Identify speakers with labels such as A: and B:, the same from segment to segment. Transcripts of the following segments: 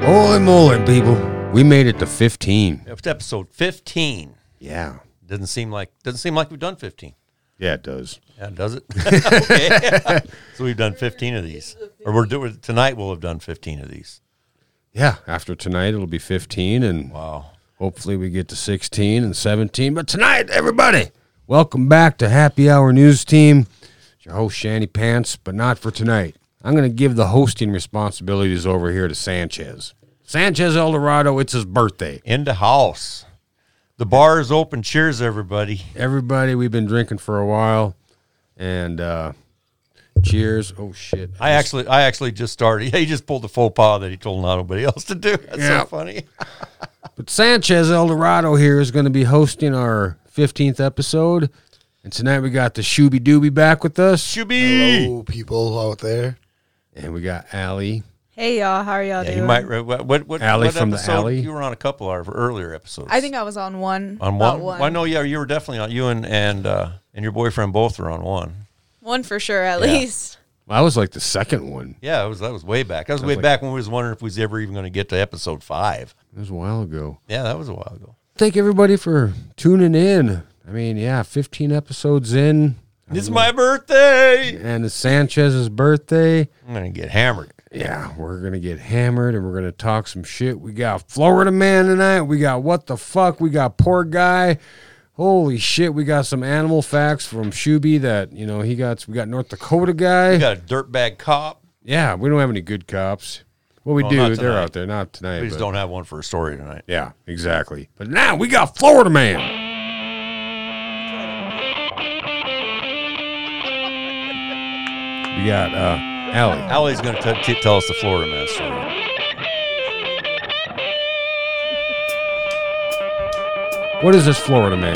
A: Holy moly, people. We made it to 15.
B: It's episode 15.
A: Yeah.
B: Doesn't seem like doesn't seem like we've done 15.
A: Yeah, it does.
B: Yeah, does it? okay. so we've done 15 of these. Or we're doing tonight we'll have done 15 of these.
A: Yeah. After tonight, it'll be 15, and
B: Wow.
A: hopefully we get to 16 and 17. But tonight, everybody, welcome back to Happy Hour News Team. It's your host, Shanty Pants, but not for tonight. I'm going to give the hosting responsibilities over here to Sanchez. Sanchez Eldorado, it's his birthday.
B: In the house. The bar is open. Cheers everybody.
A: Everybody, we've been drinking for a while, and uh, cheers. Oh, shit.
B: I actually I actually just started. He just pulled the faux pas that he told not nobody else to do. That's
A: Yeah.
B: so funny.
A: But Sanchez Eldorado here is going to be hosting our 15th episode. And tonight we got the Shooby Dooby back with us.
B: Shooby.
C: Hello, people out there.
A: And we got Allie.
D: Hey y'all, how are y'all
B: Yeah,
D: doing?
B: you might re- what what, what,
A: Alley
B: what
A: from the
B: episode?
A: alley?
B: You were on a couple of our earlier episodes.
D: I think I was on one.
B: on
D: about
B: one. Well, I know yeah, you were definitely on you and and uh, and your boyfriend both were on one.
D: One for sure, at
B: Yeah.
D: least.
A: Well, I was like the second one.
B: Yeah, it was that was way back. That was, way
A: like-
B: back when we was wondering if we was ever even going to get to episode five.
A: It was a while ago.
B: Yeah, that was a while ago.
A: Thank everybody for tuning in. I mean, yeah, 15 episodes in.
B: It's my birthday.
A: And it's Sanchez's birthday.
B: I'm gonna get hammered.
A: Yeah, we're going to get hammered and we're going to talk some shit. We got Florida Man tonight. We got What the Fuck. We got Poor Guy. Holy shit, we got some animal facts from Shuby that, you know, he got, we got North Dakota guy.
B: We got a dirtbag cop.
A: yeah, we don't have any good cops. Well, we
B: Well,
A: do.
B: not
A: They're
B: tonight.
A: out there, not tonight.
B: We just
A: but-
B: don't have one for a story tonight.
A: Yeah, exactly. But now we got Florida Man. We got uh, Allie.
B: Allie's gonna t- t- tell us the Florida man story.
A: What is this Florida Man?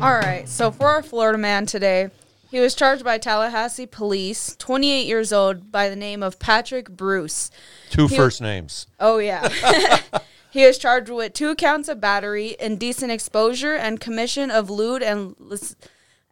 D: All right, so for our Florida man today, he was charged by Tallahassee police, 28 years old, by the name of Patrick Bruce.
B: Two
D: Here-
B: first names.
D: Oh yeah. he was charged with two counts of battery, indecent exposure, and commission of lewd and lis-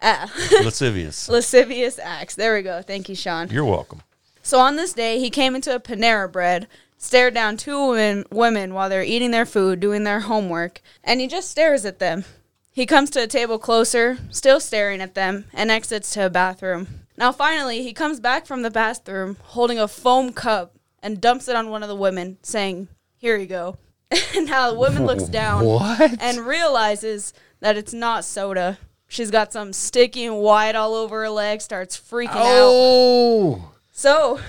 B: Lascivious.
D: lascivious acts. There we go. Thank you, Sean.
B: You're welcome.
D: So on this day, he came into a Panera Bread, stared down two women, women while they're eating their food, doing their homework, and he just stares at them. He comes to a table closer, still staring at them, and exits to a bathroom. Now, finally, he comes back from the bathroom holding a foam cup and dumps it on one of the women, saying, Here you go. now the woman looks down
A: What?
D: and realizes that it's not soda. She's got some sticky and white all over her leg, starts freaking out.
A: Oh,
D: So,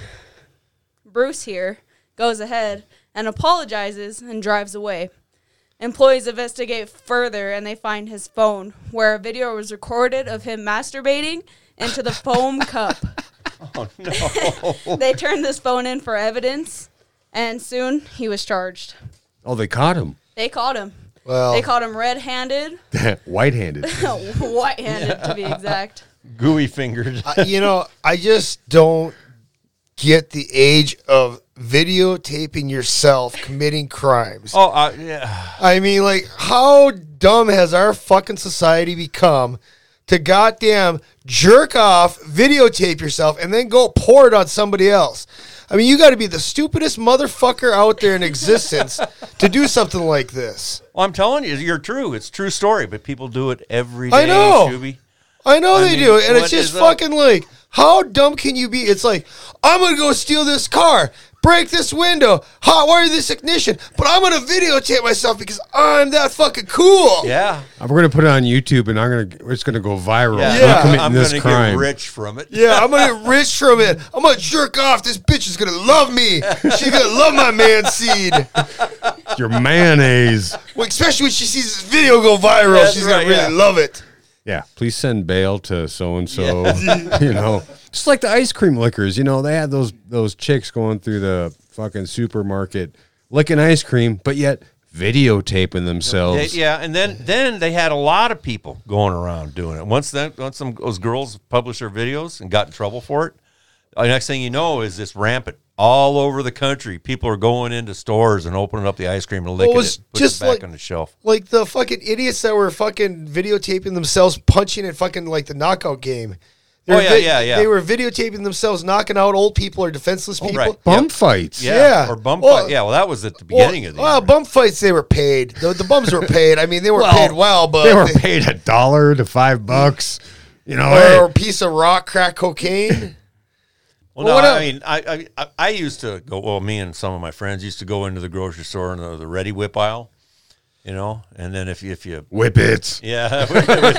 D: Bruce here goes ahead and apologizes and drives away. Employees investigate further and they find his phone, where a video was recorded of him masturbating into the foam cup. Oh no. they turned this phone in for evidence and soon he was charged.
A: oh, they caught him
D: They caught him.
C: Well,
D: They caught him red handed,
A: white-handed.
D: white handed to be exact.
B: Gooey fingered.
C: I- you know, I just don't get the age of videotaping yourself committing crimes.
B: Oh, I, yeah.
C: I mean, like, how dumb has our fucking society become to goddamn jerk off, videotape yourself, and then go pour it on somebody else? I mean, you got to be the stupidest motherfucker out there in existence to do something like this.
B: Well, I'm telling you, you're true. It's a true story, but people do it every day.
C: I know.
B: Shooby.
C: I know
B: I
C: they
B: mean,
C: do, and
B: what
C: it's just
B: is up?
C: fucking like, how dumb can you be? It's like, I'm gonna go steal this car, break this window, hot wire this ignition, but I'm gonna videotape myself because I'm that fucking cool.
B: Yeah.
A: We're gonna put it on YouTube, and I'm gonna. It's gonna go viral.
B: Yeah.
A: We're committing
B: I'm
A: this
B: gonna
A: crime.
B: get rich from it.
C: Yeah, I'm gonna get rich from it. I'm gonna jerk off. This bitch is gonna love me. She's gonna love my man seed.
A: Your mayonnaise.
C: Well, especially when she sees this video go viral,
B: That's
C: she's
B: right,
C: gonna really
B: yeah.
C: love it.
A: Yeah, please send bail to so and so. You know, just like the ice cream lickers. You know, they had those those chicks going through the fucking supermarket licking ice cream, but yet videotaping
B: They-
A: themselves.
B: yeah, and then then they had a lot of people going around doing it. Once that once uh, some those girls published their videos and got in trouble for it, the next thing you know is this rampant all over the country. People are going into stores and opening up the ice cream and licking
C: was
B: it, putting
C: just
B: it back
C: like-
B: on the shelf.
C: Like the fucking idiots that were fucking videotaping themselves punching at fucking like the knockout game. They
B: Oh,
C: were
B: yeah, yeah, yeah. Oh,
C: They were videotaping themselves knocking out old people or defenseless people.
B: right.
A: Bum fights.
B: Yeah,
C: Yeah.
B: or bump
C: Well-
B: fight. Yeah, well, that was at the
C: Well,
B: beginning of the
C: well,
B: year.
C: bum fights they were paid. The, the bums were paid. I mean, they were paid well, but
A: They were paid a dollar to five bucks. You know, hey,
C: or a piece of rock crack cocaine.
B: Well,
C: Well,
B: no,
C: what
B: I mean, I, I I- I used to go. Well, me and some of my friends used to go into the grocery store and the, the Ready Whip aisle, you know. And then if you, if you
A: whippets.
B: yeah, we, would, we would,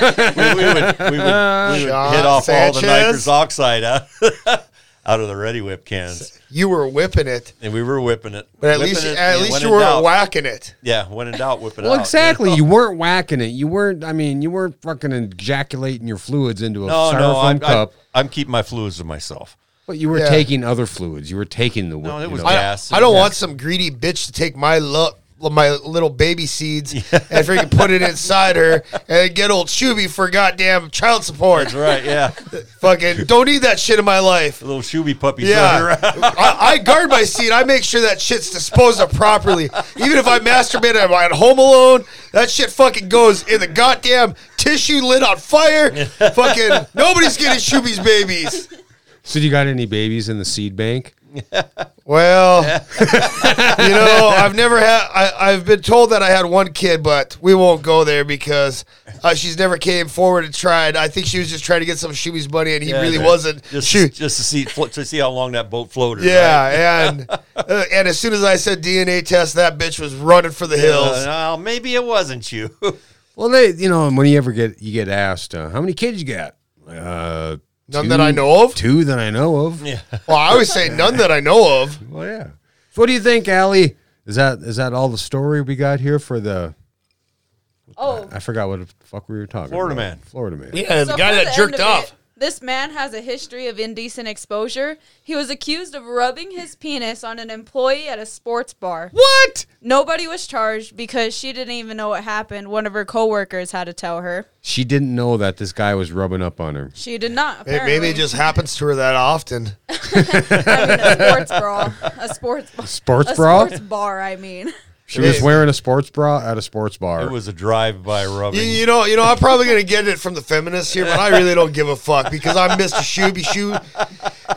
B: we would, we would hit
C: Sean
B: off all the
C: Sanchez.
B: nitrous oxide out, out of the Ready Whip cans,
C: you were whipping it,
B: and we were whipping it.
C: but at
B: Whipping
C: least
B: it,
C: at
B: and
C: least
B: when
C: you
B: in
C: weren't
B: doubt-
C: whacking it.
B: Yeah, when in doubt, whip it out.
A: Well,
B: you know?
A: exactly. You weren't whacking it. You weren't. I mean, you weren't fucking ejaculating your fluids into a
B: No,
A: styrofoam
B: no, I'm,
A: cup.
B: I, am keeping my fluids to myself.
A: but you were
C: Yeah.
A: taking other fluids. You were taking the.
B: No,
A: you
B: it was
A: know.
C: I,
B: gas.
C: I don't want some greedy bitch to take my lo- my little baby seeds and freaking put it inside her and get old Shuby for goddamn child support.
B: Right? Yeah,
C: Fucking don't need that shit in my life.
B: little shooby puppies. running
C: Yeah,
B: around.
C: I, I guard my seat. I make sure that shit's disposed of properly. Even if I masturbate, I'm at home alone. That shit fucking goes in the goddamn tissue lit on fire. fucking nobody's getting Shuby's babies.
A: So you got any babies in the seed bank?
C: Well, you know, I've never had. I, I've been told that I had one kid, but we won't go there because uh, she's never came forward and tried. I think she was just trying to get some of Shuby's money, and he
B: Yeah,
C: really
B: the-
C: wasn't.
B: Just,
C: Shoot.
B: just to see flo- to see how long that boat floated. right?
C: Yeah, and uh, and as soon as I said DNA test, that bitch was running for the hills.
B: Uh, no, maybe it wasn't you.
A: Well, they, you know, when you ever get you get asked, uh, how many kids you got? Uh,
C: None that I know of?
A: Two that I know of. Yeah.
C: Well, I would say none that I know of.
A: Well, yeah. So what do you think, Allie? Is that is that all the story we got here for the?
D: Oh,
A: I forgot what the fuck we were talking.
B: Florida
A: about.
B: man.
A: Florida man.
C: Yeah,
D: So for end of it, this man has a history of indecent exposure. He was accused of rubbing his penis on an employee at a sports bar.
A: What?
D: Nobody was charged because she didn't even know what happened. One of her coworkers had to tell her.
A: She didn't know that this guy was rubbing up on her.
D: She did not.
C: It,
D: Apparently.
C: maybe it just happens to her that often.
D: I mean, a sports brawl, a sports bar,
A: Sports
D: a
A: bra.
D: sports bar. I mean,
A: She was wearing a sports bra at a sports bar.
B: It was a drive-by
C: You,
B: rubbing.
C: you know, you know, I'm probably gonna get it from the feminists here, but I really don't give a fuck because I'm Mr. Shooby Shoe.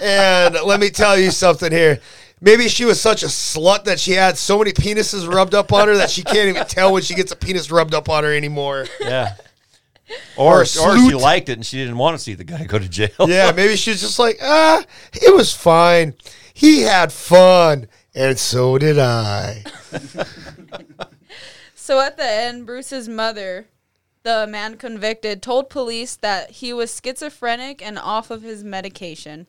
C: And let me tell you something here. Maybe she was such a slut that she had so many penises rubbed up on her that she can't even tell when she gets a penis rubbed up on her anymore.
B: yeah. Or,
C: Or a
B: or she
C: salute.
B: liked it and she didn't want to see the guy go to jail.
C: Yeah, maybe she was just like, ah, it was fine. He had fun, and so did I.
D: so at the end, Bruce's mother, the man convicted, told police that he was schizophrenic and off of his medication.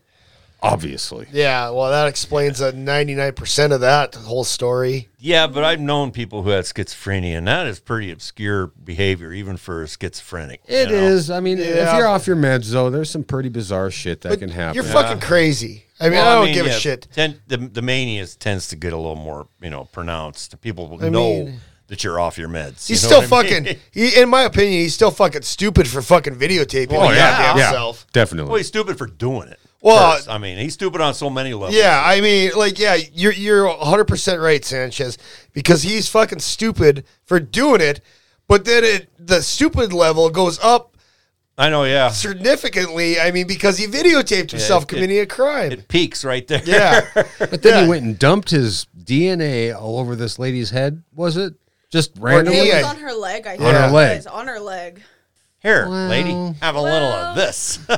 A: obviously.
C: Yeah, well, that explains a 99% of that whole story.
B: Yeah, but I've known people who had schizophrenia, and that is pretty obscure behavior, even for a schizophrenic.
A: It is. I mean, if
C: Yeah.
A: you're off your meds, though, there's some pretty bizarre shit that can happen.
C: You're fucking crazy. I mean, I don't give a shit.
B: Ten, the the mania tends to get a little more, you know, pronounced. People will know
C: mean-
B: that you're off your meds. you
C: He's
B: know
C: still
B: what I mean?
C: fucking, he, in my opinion, he's still fucking stupid for fucking videotaping
B: Oh,
C: his
B: yeah.
C: goddamn
A: yeah,
C: self.
A: definitely.
B: Well, he's stupid for doing it.
C: Well,
B: first. I mean, he's stupid on so many levels.
C: Yeah, I mean, like, yeah, you're you're 100 percent right, Sanchez, because he's fucking stupid for doing it. But then it the stupid level goes up
B: I know. Yeah,
C: significantly. I mean, because he videotaped himself
B: it-
C: committing a crime.
B: it peaks right there.
C: yeah,
A: but then
C: yeah.
A: he went and dumped his DNA all over this lady's head. Was it just
D: It
A: randomly?
C: knee,
D: was
C: I-
D: on her leg. I think.
A: her
D: it
A: leg.
D: was On her leg.
B: Here, lady, have a little of this.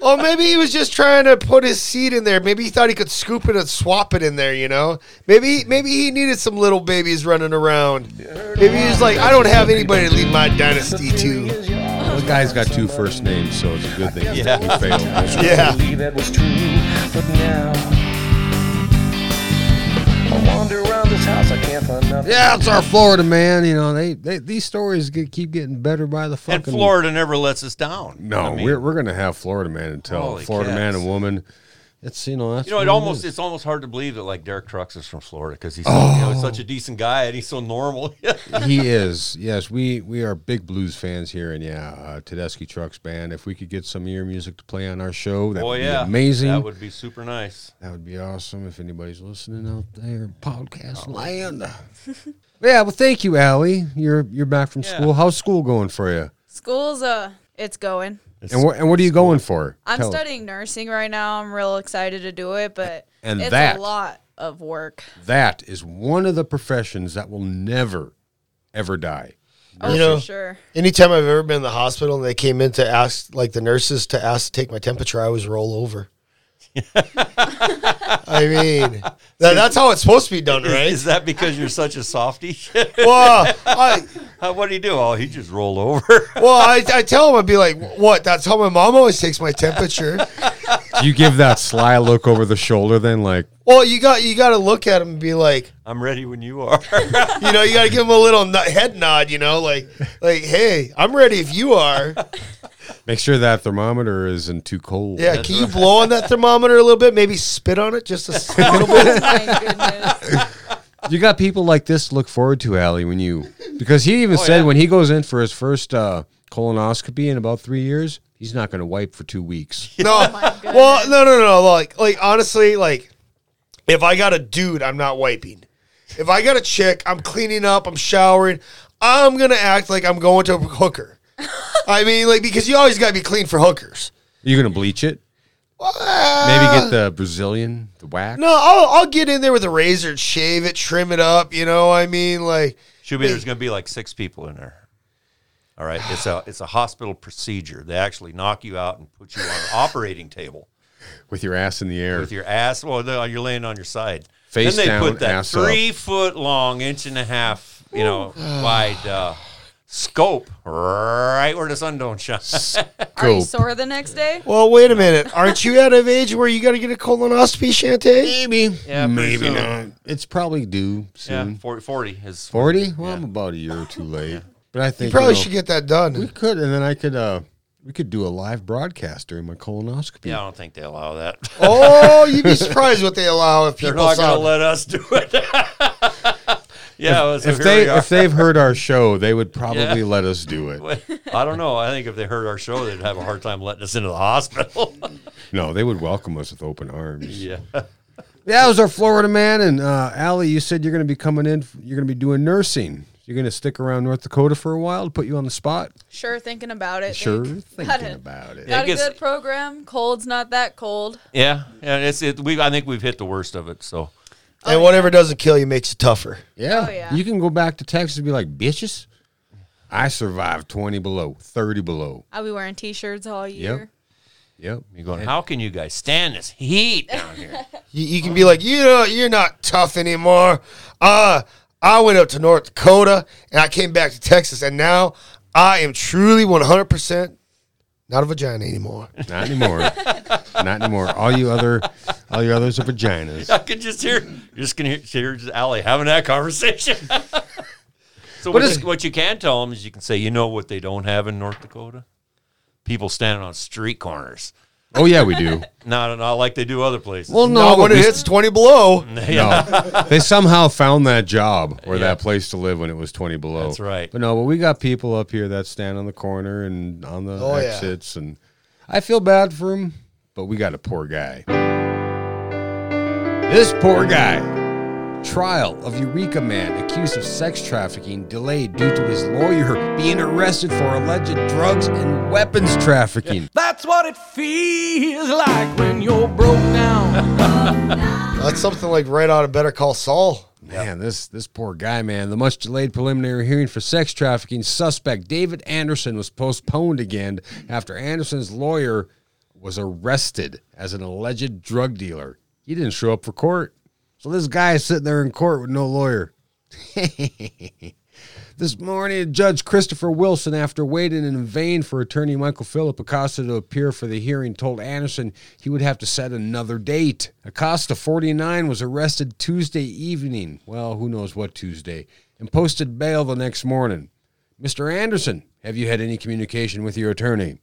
C: Well, maybe he was just trying to put his seed in there. Maybe he thought he could scoop it and swap it in there. You know, maybe maybe he needed some little babies running around. Maybe he was like, I don't have anybody to lead my dynasty to.
A: The guy's got two first names, so it's a good thing.
B: Yeah.
A: he failed.
C: Yeah.
E: believe that was true, but now I wander around this house, I can't find nothing.
A: Yeah, it's our Florida man. You know, they, they these stories get, keep getting better by the fucking.
B: and Florida never lets us down.
A: No,
B: I mean,
A: we're we're gonna have Florida man until
B: Holy
A: Florida man
B: cats.
A: and woman It's you know that's
B: You know,
A: what
B: it almost
A: is.
B: it's almost hard to believe that like Derek Trucks is from Florida because he's so, you know, such a decent guy and he's so normal.
A: he is. Yes, we we are big blues fans here, and yeah, uh, Tedeschi Trucks Band. If we could get some of your music to play on our show, that
B: oh
A: would
B: yeah,
A: be amazing.
B: That would be super nice.
A: That would be awesome if anybody's listening out there in podcast
B: Oh.
A: land. yeah, well, thank you, Allie. You're you're back from
B: Yeah.
A: school. How's school going for you?
D: School's uh, it's going.
A: And what and what are you going for?
D: I'm
A: Tell-
D: studying nursing right now. I'm real excited to do it, but
A: And
D: it's
A: that-
D: a lot of work.
A: That is one of the professions that will never, ever die.
D: Oh,
C: You know-
D: for sure.
C: Anytime I've ever been in the hospital and they came in to ask, like the nurses to ask to take my temperature, I always roll over. I mean, that, that's how it's supposed to be done, right?
B: Is that because you're such a softie?
C: well, I,
B: How- what do you do? Oh, he just rolled over.
C: well, I, I tell them, I'd be like, what? That's how my mom always takes my temperature.
A: Do you give that sly look over the shoulder, then like,
C: well, you got you got to look at them and be like,
B: I'm ready when you are.
C: you know, you got to give them a little no- head nod, you know, like, like, hey, I'm ready if you are.
A: make sure that thermometer isn't too cold.
C: Yeah, can you blow on that thermometer a little bit? Maybe spit on it just a s-
D: Oh
C: little bit.
D: My goodness.
A: You got people like this to look forward to, Allie, when you because he even said
B: Oh, yeah.
A: when he goes in for his first uh, colonoscopy in about three years, he's not going to wipe for two weeks.
C: No,
D: goodness.
C: well, no, no, no. Like, like honestly, like if I got a dude, I'm not wiping. If I got a chick, I'm cleaning up. I'm showering. I'm gonna act like I'm going to a hooker. I mean, like because you always gotta be clean for hookers.
A: You're going to bleach it, maybe
C: Ah,
A: get the Brazilian, the wax.
C: no. I'll, I'll get in there with a razor, and shave it, trim it up. You know, I mean, like
B: Should be there's going to be like six people in there. All right, it's a it's a hospital procedure. They actually knock you out and put you on an operating table
A: with your ass in the air.
B: with your ass. Well, no, you're laying on your side.
A: Face
B: then they
A: down,
B: put that
A: ass up.
B: three foot long, inch and a half, you know, wide uh, scope right where the sun don't shine.
D: Are you
A: Scope.
D: sore the next day?
C: Well, wait a minute. Aren't you out of age where you got to get a colonoscopy, Shantae?
A: Maybe,
B: Yeah, pretty
A: maybe
B: soon.
A: not. It's probably due
B: Yeah,
A: soon.
B: 40, 40 is
A: Forty? Well, I'm about a year or two late, but I think
C: You probably
A: know,
C: should get that done.
A: We could, and then I could. uh We could do a live broadcast during my colonoscopy.
B: Yeah, I don't think they allow that.
C: Oh, you'd be surprised what they allow if
B: They're
C: people
B: not going
C: saw
B: to let us do it. yeah, so
A: If
B: here
A: they
B: we are.
A: if they've heard our show, they would probably
B: Yeah.
A: let us do it.
B: I don't know. I think if they heard our show, they'd have a hard time letting us into the hospital.
A: No, they would welcome us with open arms.
B: yeah.
A: That was our Florida man, and uh, Allie, you said you're going to be coming in. You're going to be doing nursing. You're going to stick around North Dakota for a while to put you on the spot.
D: Sure, thinking about it.
A: Sure,
D: Think. Got
A: thinking
D: it. Oh,
A: about it.
D: Got
B: It gets-
D: a good program. Cold's not that cold.
B: Yeah. Yeah. It's, it, we, I think we've hit the worst of it. So,
C: And whatever doesn't kill you makes you tougher.
A: Yeah.
D: Oh, yeah.
A: you can go back to Texas and be like, bitches. I survived twenty below, thirty below.
D: I'll be wearing t-shirts all year.
A: Yep,
B: you're going, how can you guys stand this heat down here?
C: You, you can be like, you know, you're not tough anymore. Uh, I went up to North Dakota and I came back to Texas, and now I am truly 100% not a vagina anymore.
A: not anymore, not anymore. All you other, all you others are vaginas.
B: I could just hear, you're just going to hear, hear just Allie having that conversation. so, what,
A: is-
B: you, what you can tell them is you can say, you know what they don't have in North Dakota? People standing on street corners.
A: Oh yeah, we do.
B: Not, not like they do other places.
A: Well, no,
C: Not when
A: but
C: it
A: we-
C: hits 20 below.
A: No, they somehow found that job or
B: Yeah.
A: that place to live when it was twenty below.
B: That's right.
A: But no, but we got people up here that stand on the corner and on the
C: Oh, yeah.
A: exits, and I feel bad for him, but we got a poor guy. This poor guy. Trial of Eureka man accused of sex trafficking delayed due to his lawyer being arrested for alleged drugs and weapons trafficking.
F: That's what it feels like when you're broke down.
C: That's something like right out of Better Call Saul.
A: Man, this this poor guy, man. The much delayed preliminary hearing for sex trafficking suspect David Anderson was postponed again after Anderson's lawyer was arrested as an alleged drug dealer. He didn't show up for court. So this guy is sitting there in court with no lawyer. This morning, Judge Christopher Wilson, after waiting in vain for attorney Michael Philip Acosta to appear for the hearing, told Anderson he would have to set another date. Acosta, 49, was arrested Tuesday evening, well, who knows what Tuesday, and posted bail the next morning. Mr. Anderson, have you had any communication with your attorney?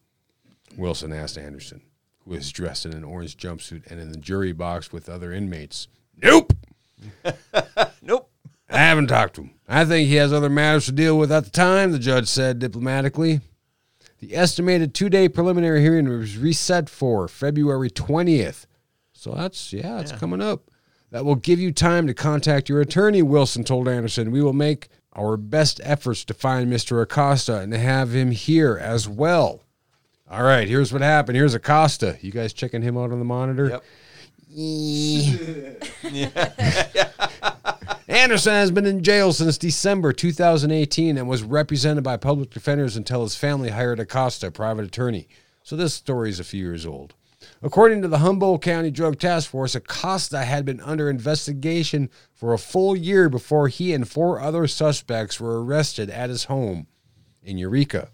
A: Wilson asked Anderson, was dressed in an orange jumpsuit and in the jury box with other inmates. Nope.
B: Nope.
A: I haven't talked to him. I think he has other matters to deal with at the time, the judge said diplomatically. The estimated two day preliminary hearing was reset for February 20th. So that's, yeah, it's coming up. That will give you time to contact your attorney, Wilson told Anderson. We will make our best efforts to find Mr. Acosta and to have him here as well. All right, here's what happened. Here's Acosta. You guys checking him out on the monitor?
B: Yep.
A: Anderson has been in jail since December 2018 and was represented by public defenders until his family hired Acosta, a private attorney. So this story is a few years old. According to the Humboldt County Drug Task Force, Acosta had been under investigation for a full year before he and four other suspects were arrested at his home in Eureka.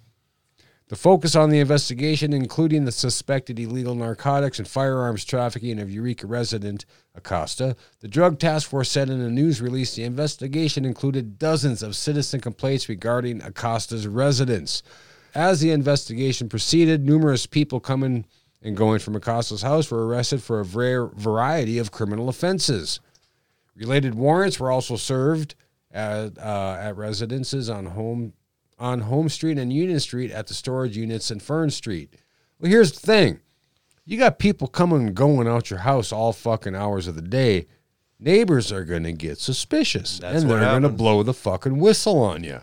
A: The focus on the investigation, including the suspected illegal narcotics and firearms trafficking of Eureka resident Acosta, the Drug Task Force said in a news release the investigation included dozens of citizen complaints regarding Acosta's residence. As the investigation proceeded, numerous people coming and going from Acosta's house were arrested for a var- variety of criminal offenses. Related warrants were also served at, uh, at residences on home on Home Street and Union Street at the storage units in Fern Street. Well, here's the thing: you got people coming and going out your house all fucking hours of the day. Neighbors are going to get suspicious,
B: That's
A: and
B: what
A: they're going to
B: happens.
A: blow the fucking whistle on you.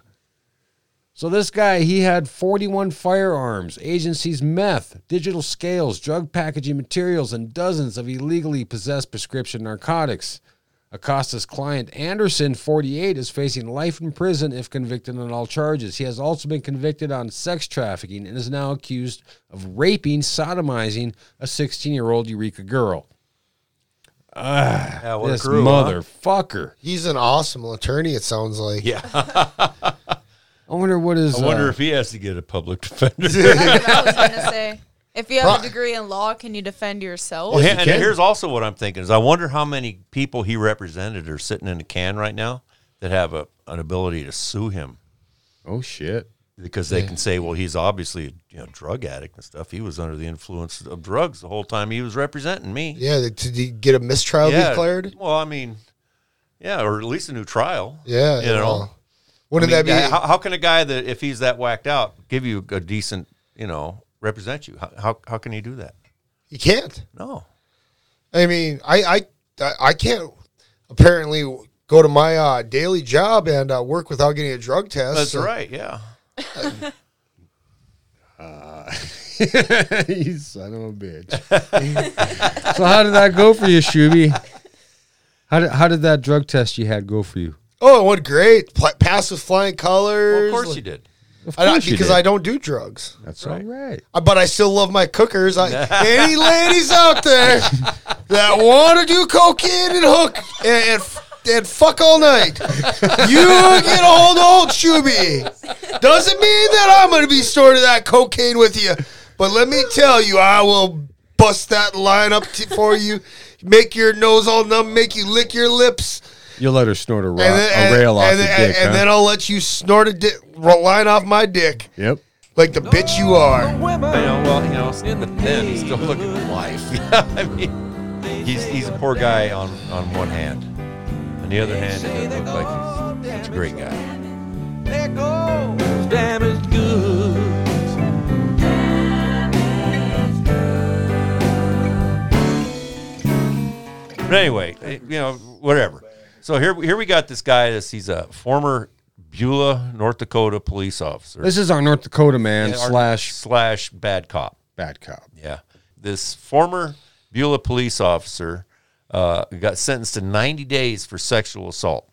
A: So this guy, he had 41 firearms, agencies meth, digital scales, drug packaging materials, and dozens of illegally possessed prescription narcotics. Acosta's client Anderson, 48, is facing life in prison if convicted on all charges. He has also been convicted on sex trafficking and is now accused of raping, sodomizing a 16-year-old Eureka girl.
B: Yeah, Uh, what
A: this
B: a crew, huh?
A: motherfucker.
C: He's an awesome attorney. It sounds like.
B: Yeah.
A: I wonder what is.
B: I wonder
A: uh,
B: if he has to get a public defender.
D: That's what I was gonna say. If you have
C: Right.
D: a degree in law, can you defend yourself?
B: Well,
C: Yes,
B: and
C: you can.
B: here's also what I'm thinking is I wonder how many people he represented are sitting in a can right now that have a, an ability to sue him
A: oh shit.
B: because they can say, well, he's obviously you know drug addict and stuff. He was under the influence of drugs the whole time he was representing me.
C: Yeah. To de- get a mistrial declared.
B: Well, I mean, yeah, or at least a new trial.
C: Yeah.
B: you know.
C: well, Wouldn't
B: I mean,
C: that be?
B: how, how can a guy that if he's that whacked out give you a decent, you know, represent you? How how, how can he do that?
C: you can't.
B: No.
C: I mean, I I I can't apparently go to my uh, daily job and uh, work without getting a drug test.
B: That's
C: so-
B: right. Yeah.
A: you son of a bitch. so how did that go for you, Shuby? How did how did that drug test you had go for you?
C: Oh, it went great. Pla passed with flying colors.
B: Well, of course he did.
A: Of
C: I,
A: you
C: because
A: did.
C: I don't do drugs.
A: That's all right.
C: Uh, But I still love my cookers. I, any ladies out there that want to do cocaine and hook and, and, f- and fuck all night, you get a hold of old Chubby. Doesn't mean that I'm going to be storing that cocaine with you. But let me tell you, I will bust that line up t- for you, make your nose all numb, make you lick your lips.
A: You'll let her snort a, rock,
C: And then, and,
A: a rail off
C: and
A: your
C: then,
A: dick,
C: and
A: huh?
C: then I'll let you snort a di- line off my dick
A: yep.
C: like the bitch you are.
B: You know, well, you know, even then, he's still looking at life. I mean, he's, he's a poor guy on, on one hand. On the other hand, it doesn't look like he's such a great guy.
F: There goes damaged goods.
B: But anyway, eh, you know, whatever. So here, here we got this guy. This he's a former Beulah, North Dakota police officer
A: This is our North Dakota man
B: Or
A: slash
B: slash bad cop.
A: bad cop.
B: Yeah. This former Beulah police officer uh, got sentenced to 90 days for sexual assault.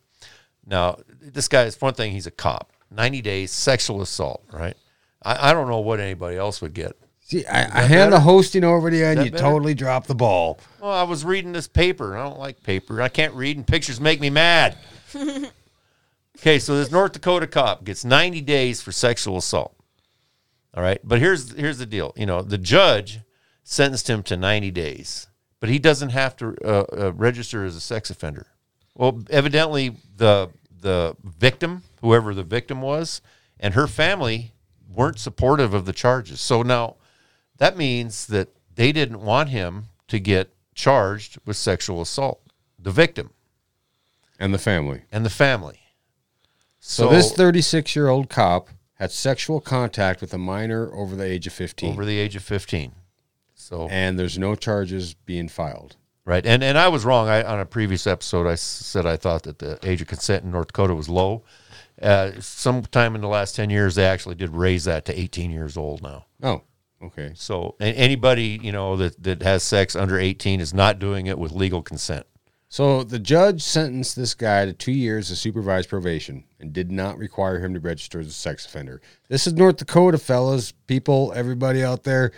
B: Now, this guy is one thing, he's a cop. 90 days sexual assault, right? I, I don't know what anybody else would get.
A: See, I, I hand the hosting over to you, and
B: that
A: you
B: better?
A: totally drop the ball.
B: Well, I was reading this paper. and I don't like paper. I can't read, and pictures make me mad. okay, so this North Dakota cop gets 90 days for sexual assault. All right, but here's here's the deal. You know, the judge sentenced him to 90 days, but he doesn't have to uh, uh, register as a sex offender. Well, evidently the the victim, whoever the victim was, and her family weren't supportive of the charges. So now that means that they didn't want him to get charged with sexual assault, the victim
A: and the family.
B: and the family.
A: So, this 36 year old cop had sexual contact with a minor over the age of 15,
B: over the age of 15. So
A: and there's no charges being filed.
B: right, and and I was wrong. I on a previous episode, I s- said I thought that the age of consent in North Dakota was low. Uh, sometime in the last 10 years, they actually did raise that to 18 years old now.
A: Oh, okay.
B: So and anybody you know that that has sex under 18 is not doing it with legal consent.
A: So the judge sentenced this guy to two years of supervised probation and did not require him to register as a sex offender. This is North Dakota, fellas, people, everybody out there.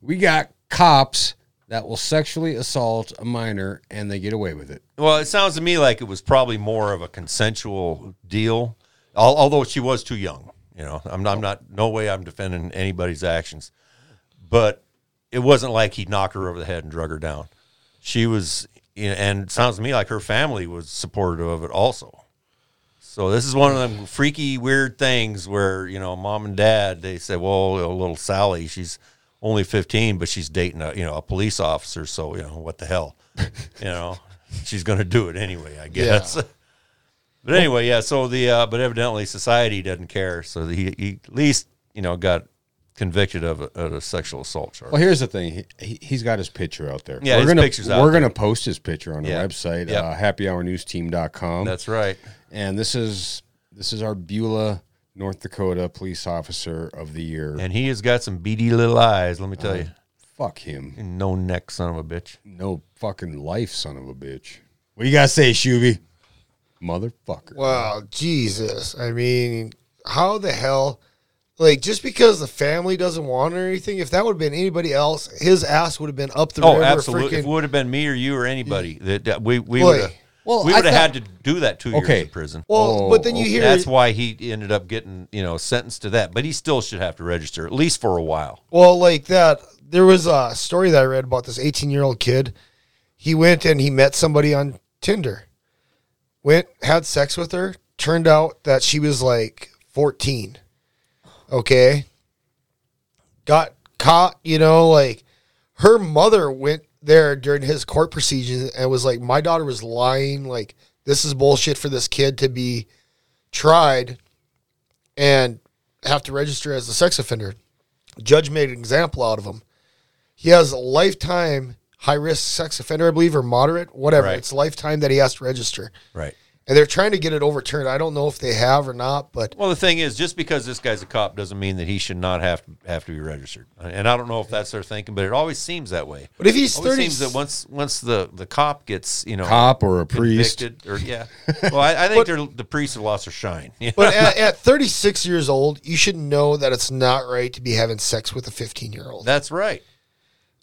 A: We got cops that will sexually assault a minor and they get away with it.
B: Well, it sounds to me like it was probably more of a consensual deal, al- although she was too young. You know, I'm not, I'm not, no way I'm defending anybody's actions, but it wasn't like he knocked her over the head and drug her down. She was, you know, and it sounds to me like her family was supportive of it also. So this is one of them freaky, weird things where you know, mom and dad they say, "Well, you know, little Sally, she's only 15, but she's dating a you know a police officer, so you know what the hell, you know, she's going to do it anyway, I guess." But anyway, yeah. So the uh, but evidently society doesn't care, so he, he at least you know got convicted of a, of a sexual assault charge.
A: Well, here's the thing. He, he, has got his picture out there.
B: Yeah,
A: we're
B: his
A: gonna,
B: picture's out
A: We're
B: there.
A: going to post his picture on
B: Yeah.
A: our website,
B: Yep.
A: uh, happyhournewsteam.com.
B: That's right.
A: and this is this is our Beulah, North Dakota Police Officer of the Year.
B: And he has got some beady little eyes. Let me tell you,
A: Fuck him.
B: no neck, son of a bitch.
A: No fucking life, son of a bitch. What do you got to say, Shuby? Motherfucker.
C: Wow, Jesus. I mean, how the hell? Like, just because the family doesn't want it or anything, if that would have been anybody else, his ass would have been up the
B: Oh,
C: river.
B: absolutely.
C: freaking-
B: If it would have been me or you or anybody, that, that we we
C: Boy.
B: would have
A: Well,
B: we
A: I
B: would have
A: thought-
B: had to do that two
A: Okay.
B: years in prison.
C: well,
A: Oh,
C: but then you hear
B: That's why he ended up getting you know sentenced to that. But he still should have to register at least for a while.
C: Well, like that, there was a story that I read about this 18 year old kid. He went and he met somebody on Tinder, went, had sex with her. Turned out that she was like 14. Okay. Got caught, you know, like her mother went there during his court proceedings and was like, My daughter was lying. Like, this is bullshit for this kid to be tried and have to register as a sex offender judge made an example out of him. He has a lifetime high risk sex offender, I believe, or moderate, whatever.
B: Right.
C: It's lifetime that he has to register.
B: Right.
C: And they're trying to get it overturned. I don't know if they have or not, but
B: Well, the thing is, just because this guy's a cop doesn't mean that he should not have to have to be registered. And I don't know if that's their thinking, but it always seems that way.
C: but if he's
B: always
C: thirty,
B: seems that once once the the cop gets you know
A: Cop or a priest.
B: convicted or yeah. Well, I, I think they're the priests have lost their shine. you know?
C: but at, at thirty six years old, you should know that it's not right to be having sex with a fifteen year old.
B: That's right.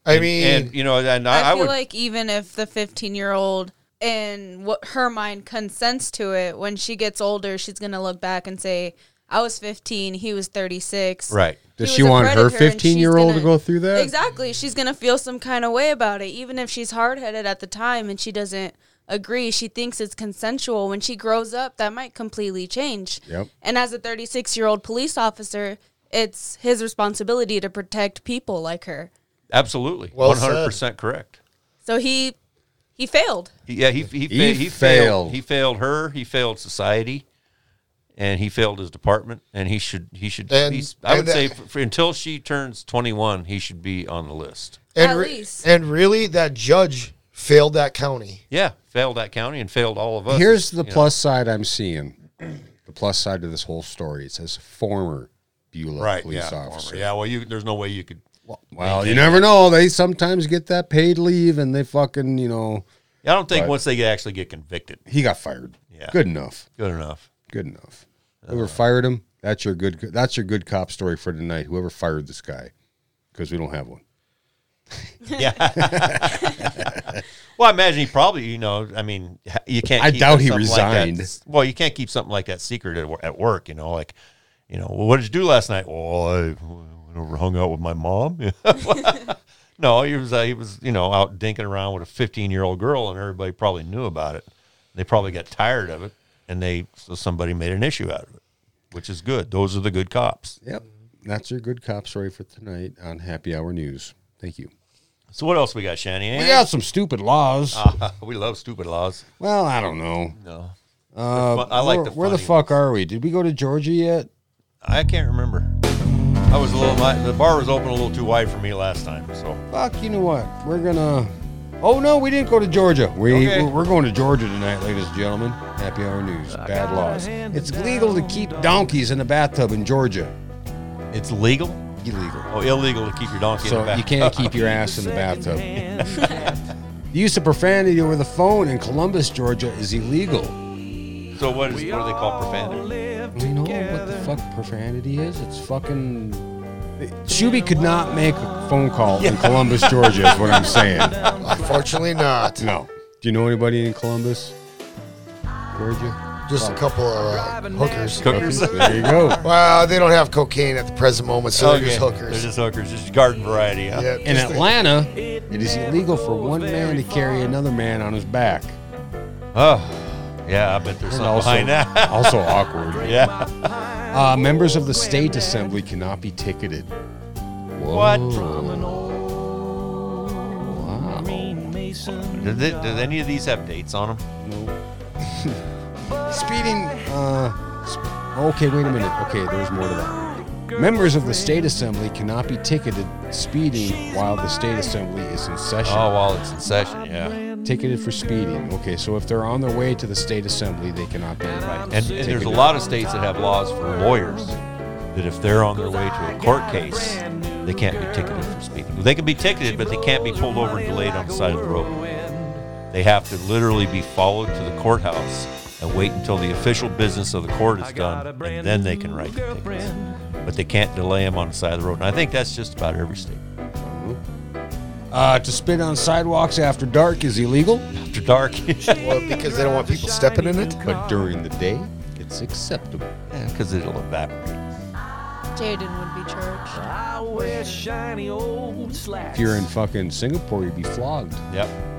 C: I
B: And-
C: mean,
B: and you know, and
D: I,
B: I, I,
D: feel
B: would
D: like even if the 15 year old in what her mind consents to it, when she gets older, she's gonna look back and say, "I was 15, he was 36."
B: right.
D: He
A: Does
D: was
A: she
D: a
A: want her
D: predator, and she's
A: 15 year old to
D: gonna-
A: go through that?
D: Exactly. She's gonna feel some kind of way about it, even if she's hard headed at the time and she doesn't agree. She thinks it's consensual. When she grows up, that might completely change.
A: Yep.
D: And as a 36 year old police officer, it's his responsibility to protect people like her.
B: Absolutely.
C: Well
B: One
C: said.
B: hundred percent correct.
D: So he he failed.
B: Yeah, he
A: He
B: he, fa-
A: failed.
B: he failed. He failed her. He failed society, and he failed his department. And he should he should. at
C: And-
B: least- I would
C: and
B: say
C: that-
B: for, for- until she turns twenty one, he should be on the list.
C: and
D: at
C: re-
D: least.
C: and really, that judge failed that county.
B: Yeah, failed that county and failed all of us.
A: Here's the
B: You know,
A: plus side I'm seeing. The plus side to this whole story. It says former Beulah
B: right
A: police
B: yeah,
A: officer.
B: former. Yeah, well, you there's no way you could.
A: Well, you never know. They sometimes get that paid leave and they fucking, you know,
B: I don't think once they actually get convicted,
A: he got fired.
B: Yeah. Uh.
A: Good enough.
B: good enough.
A: Good enough. Whoever fired him, that's your good that's your good cop story for tonight. Whoever fired this guy because we don't have one.
B: Well, I imagine he probably, you know, I mean, you can't.
A: I
B: keep
A: doubt he
B: something like that-
A: resigned.
B: well, you can't keep something like that secret at, wor- at work, you know, like, you know, well, what did you do last night? Well, I went over, hung out with my mom. no, he was, uh, he was, you know, out dinking around with a 15 year old girl, and everybody probably knew about it. They probably got tired of it, and they so somebody made an issue out of it, which is good. Those are the good cops.
A: Yep. That's your good cop story for tonight on Happy Hour News. Thank you.
B: So what else we got, Shanny? eh?
A: We got some stupid laws.
B: we love stupid laws.
A: well, I don't know.
B: No,
A: Uh,
B: fu- I like
A: where,
B: the
A: where the
B: funny
A: fuck are we? Did we go to Georgia yet?
B: I can't remember. I was a little. My, the bar was open a little too wide for me last time. So
A: Fuck, you know what? We're gonna. Oh no, we didn't go to Georgia. We
B: Okay.
A: we're, we're going to Georgia tonight, ladies and gentlemen. Happy hour news. Bad laws. It's legal to keep donkeys in the bathtub in Georgia.
B: it's legal.
A: Illegal.
B: Oh, illegal to keep your donkey in the
A: So
B: back.
A: you can't keep your ass in the bathtub. The use of profanity over the phone in Columbus, Georgia, is illegal.
B: So what is? What do they call profanity?
A: Do you know what the fuck profanity is? It's fucking. Shuby could not make a phone call in Columbus, Georgia. Is what I'm saying.
C: Unfortunately, not.
A: No. Do you know anybody in Columbus, Georgia?
C: Just a couple of uh, hookers.
B: Cookers.
A: There you go.
C: Well, they don't have cocaine at the present moment, so they're just
B: Oh, They're
C: hookers.
B: just hookers. Just garden variety. Huh?
C: Yeah,
A: In
C: just the-
A: Atlanta, it is illegal for one man to carry another man on his back.
B: Oh, yeah. I bet
A: And
B: there's something
A: also,
B: behind that.
A: also awkward.
B: yeah.
A: Uh, members of the state assembly cannot be ticketed.
B: What?
A: Wow.
B: Did, they, did any of these have dates on them?
A: Speeding. Uh, sp- okay, wait a minute. Okay, there's more to that. Members of the state assembly cannot be ticketed speeding while the state assembly is in session.
B: Oh, while it's in session. Yeah.
A: Ticketed for speeding. Okay, so if they're on their way to the state assembly, they cannot be invited.
B: And, and there's a lot of states that have laws for lawyers that if they're on their way to a court case, they can't be ticketed for speeding. They can be ticketed, but they can't be pulled over and delayed on the side of the road. They have to literally be followed to the courthouse and wait until the official business of the court is done, and then they can write the tickets. But they can't delay them on the side of the road. And I think that's just about every state.
A: Uh, to spit on sidewalks after dark is illegal,
B: After dark,
C: Well, because they don't want people stepping in it.
A: but during the day, it's acceptable.
B: because it'll evaporate.
D: Jaden would be charged.
F: I wear shiny old slacks.
A: If you're in fucking Singapore, you'd be flogged.
B: Yep.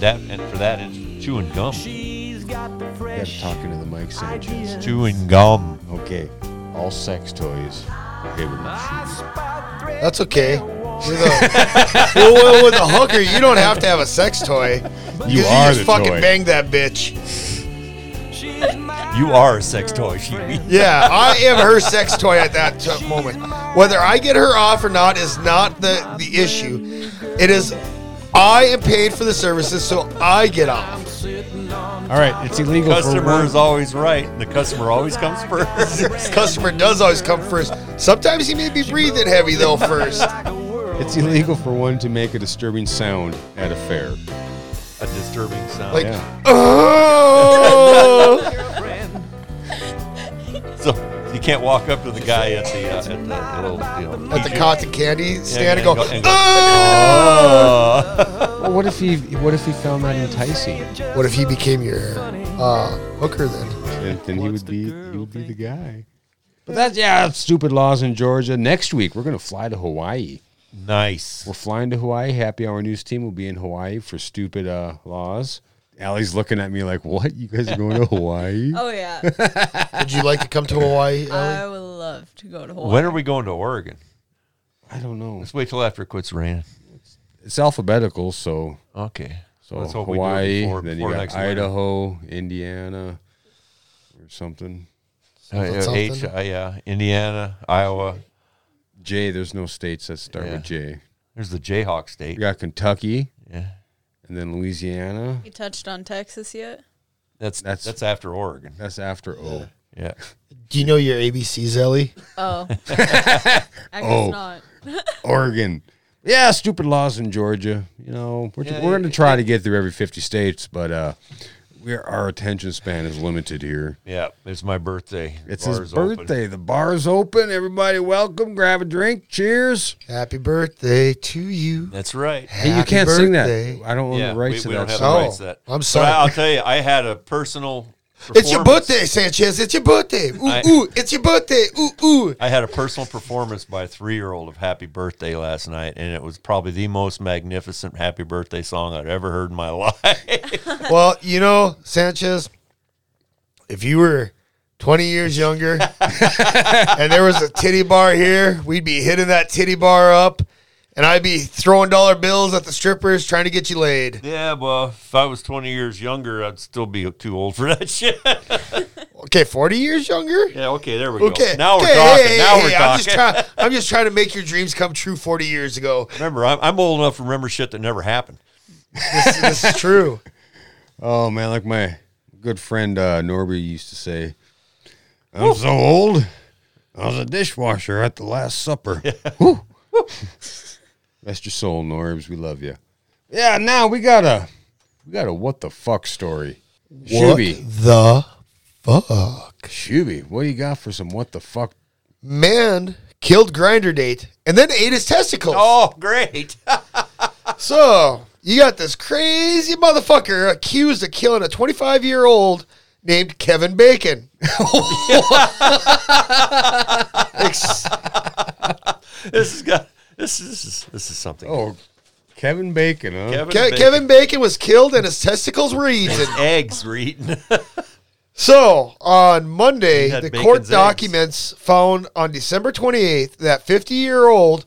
B: That and for that, it's chewing gum.
F: She's got the
A: You gotta
F: fresh
A: talk into the mic, Sanchez.
B: Chewing gum.
A: Okay, all sex toys. Okay, with my shoes.
F: spot thread.
C: That's okay. With a, well, with a hooker, you don't have to have a sex toy. 'Cause
A: You are
C: just
A: the
C: fucking
A: toy.
C: banged that bitch.
F: She's my
B: You are a sex toy, Sheeby.
C: Yeah, I am her sex toy at that t- moment. Whether I get her off or not is not the the issue. It is I am paid for the services, so I get off.
A: All right, it's illegal for
B: Customer
A: one.
B: is always right. The customer always comes first.
C: This customer does always come first. Sometimes he may be breathing heavy though first.
A: It's illegal for one to make a disturbing sound at a fair.
B: A disturbing sound.
C: Like,
A: Yeah.
C: oh,
B: so you can't walk up to the guy at the uh, at the, the little you know,
C: at the cotton candy stand
B: yeah,
C: and go. "Ah!"
B: and go,
C: Oh!
A: Well, what if he? What if he found that enticing?
C: What if he became your uh, hooker then?
A: then, then he would be he would be the guy. But that's yeah, that's stupid laws in Georgia. Next week we're gonna fly to Hawaii.
B: nice.
A: We're flying to Hawaii. Happy Hour News team will be in Hawaii for stupid uh, laws. Allie's looking at me like, "What? You guys are going to Hawaii?"
D: Oh yeah,
C: Would you like to come to Hawaii? Ellie?
D: I would love to go to Hawaii.
B: When are we going to Oregon?
A: I don't know.
B: Let's wait till after it quits raining.
A: It's alphabetical, so
B: Okay.
A: so
B: Let's hope we do it
A: Hawaii.
B: before-
A: then
B: before
A: you got
B: next winter.
A: Idaho, Indiana, or something.
B: Uh, yeah,
C: Something.
B: H, uh, yeah, Indiana, Iowa.
A: J. There's no states that start
B: Yeah.
A: with J.
B: There's the Jayhawk
A: We
B: state.
A: got Kentucky,
B: Yeah.
A: and then Louisiana.
D: You touched on Texas yet?
B: That's
A: That's-
B: that's, after Oregon.
A: That's after O.
B: Yeah.
C: Do you know your ABCs, Ellie?
D: Oh, I guess
A: Oh.
D: not.
A: Oregon. Yeah, stupid laws in Georgia. You know, we're, we're going to try to get through every 50 states, but uh, we're, our attention span is limited here.
B: Yeah. It's my birthday.
A: It's his
B: Bar's open.
A: birthday. The bar's open. Everybody, welcome. Grab a drink. Cheers.
C: Happy birthday to you.
B: That's right.
A: hey, you
C: Happy
A: can't sing
C: birthday.
A: that. I don't own the
B: we,
A: rights
B: we
A: to
B: don't
A: that
B: have
A: song.
B: the
C: song.
B: rights to that.
C: Oh, I'm
B: But
C: sorry.
B: I'll tell you, I had a personal.
C: It's your
B: performance-
C: birthday, Sanchez. It's your birthday. Ooh,
B: I-
C: ooh. It's your birthday. Ooh, ooh.
B: I had a personal performance by a three-year-old of "Happy Birthday" last night, and it was probably the most magnificent "Happy Birthday" song I've ever heard in my life.
C: Well, you know, Sanchez, if you were 20 years younger and there was a titty bar here, we'd be hitting that titty bar up and I'd be throwing dollar bills at the strippers trying to get you laid.
B: Yeah, well, if I was 20 years younger, I'd still be too old for that shit.
C: Okay, 40 years younger?
B: yeah, okay, there we
C: Okay.
B: go. Now
C: okay,
B: we're talking.
C: hey,
B: now
C: hey,
B: we're
C: hey, I'm
B: talking.
C: just, try- I'm just trying to make your dreams come true 40 years ago.
B: remember, I'm, I'm old enough to remember shit that never happened.
C: This, this is true.
A: Oh man, like my good friend uh, Norby used to say, "I'm so old. I was a dishwasher at the Last Supper." Whew. Rest your soul, Norbs. We love you. Yeah, now we got a we got a what the fuck story. Shuby,
C: the fuck?
A: Shuby, what do you got for some what the fuck?
C: Man killed grinder date and then ate his testicles.
B: Oh, great.
C: So you got this crazy motherfucker accused of killing a 25 year old named Kevin Bacon. Ex-
B: this is got this is this is, this is something.
A: Oh, Kevin Bacon, huh?
B: Kevin,
C: Ke-
B: Bacon.
C: Kevin Bacon was killed and his testicles were eaten.
B: eggs were eaten.
C: So on Monday,
B: He had
C: the
B: bacon's
C: court
B: eggs.
C: documents found on December 28th that 50 year old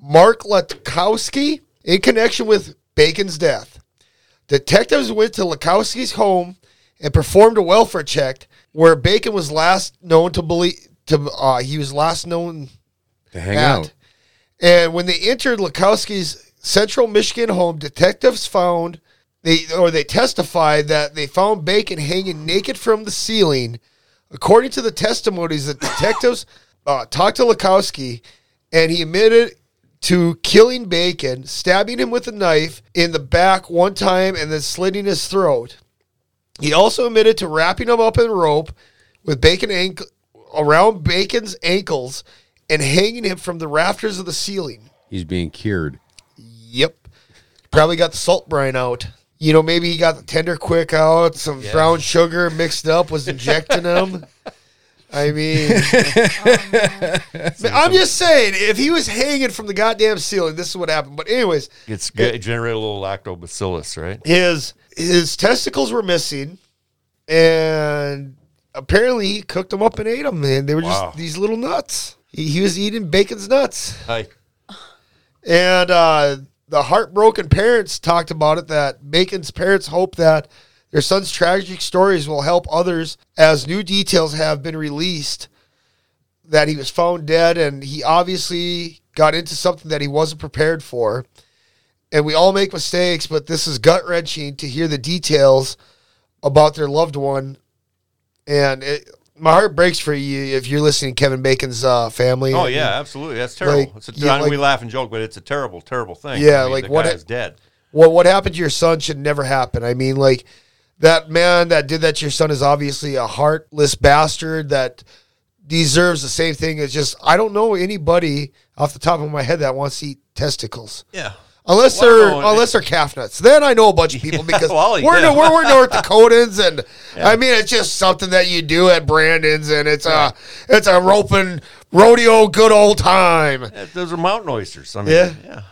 C: Mark Latkowski, in connection with Bacon's death, detectives went to Latkowski's home and performed a welfare check where Bacon was last known to believe to uh, he was last known
A: to hang
C: at.
A: out.
C: And when they entered Lakowski's Central Michigan home, detectives found they or they testified that they found Bacon hanging naked from the ceiling. According to the testimonies, the detectives uh, talked to Lakowski, and he admitted to killing Bacon, stabbing him with a knife in the back one time, and then slitting his throat. He also admitted to wrapping him up in rope with bacon ankle around Bacon's ankles and hanging him from the rafters of the ceiling.
A: He's being cured.
C: Yep. Probably got the salt brine out. You know, maybe he got the tender quick out, some brown sugar mixed up, was injecting him. I mean, I'm just saying, if he was hanging from the goddamn ceiling, this is what happened. But, anyways,
B: it's good. It generated a little lactobacillus, right?
C: his his testicles were missing, and apparently he cooked them up and ate them, and they were
B: Wow.
C: just these little nuts. He, he was eating bacon's nuts,
B: I,
C: and uh, the heartbroken parents talked about it. That bacon's parents hope that their son's tragic stories will help others as new details have been released. That he was found dead, and he obviously got into something that he wasn't prepared for and we all make mistakes, but this is gut wrenching to hear the details about their loved one. And it, my heart breaks for you if you're listening to Kevin Bacon's uh, family.
B: oh yeah, absolutely. That's terrible.
C: Like,
B: it's a,
C: yeah,
B: I know we
C: like-
B: laugh and joke, but it's a terrible, terrible thing.
C: Yeah,
B: I mean,
C: like,
B: the
C: what
B: guy
C: it-
B: is dead.
C: What, what happened to your son should never happen. I mean, like, that man that did that to your son is obviously a heartless bastard that deserves the same thing. It's just, I don't know anybody off the top of my head that wants to eat testicles.
B: Yeah.
C: Unless
B: Well,
C: they're
B: no,
C: unless they're calf nuts, then I know a bunch of people because
B: well,
C: we're,
B: yeah.
C: we're we're North Dakotans, and I mean it's just something that you do at Brandon's, and it's a it's a roping rodeo, good old time.
B: Yeah, Those are mountain oysters. I mean,
C: Yeah.
B: yeah.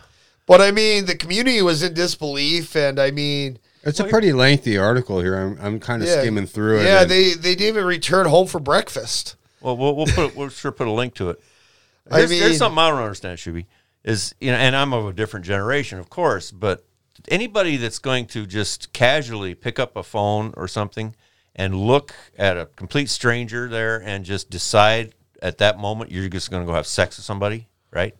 C: But I mean the community was in disbelief, and I mean
A: It's a pretty lengthy article here. I'm, I'm kind of
C: yeah,
A: skimming through it.
C: Yeah,
A: and-
C: they they didn't even return home for breakfast.
B: Well, we'll, we'll put we'll sure put a link to it.
C: I
B: There's,
C: mean-
B: there's something I don't understand, Shuby. Is you know, and I'm of a different generation, of course, but anybody that's going to just casually pick up a phone or something and look at a complete stranger there and just decide at that moment you're just going to go have sex with somebody, right?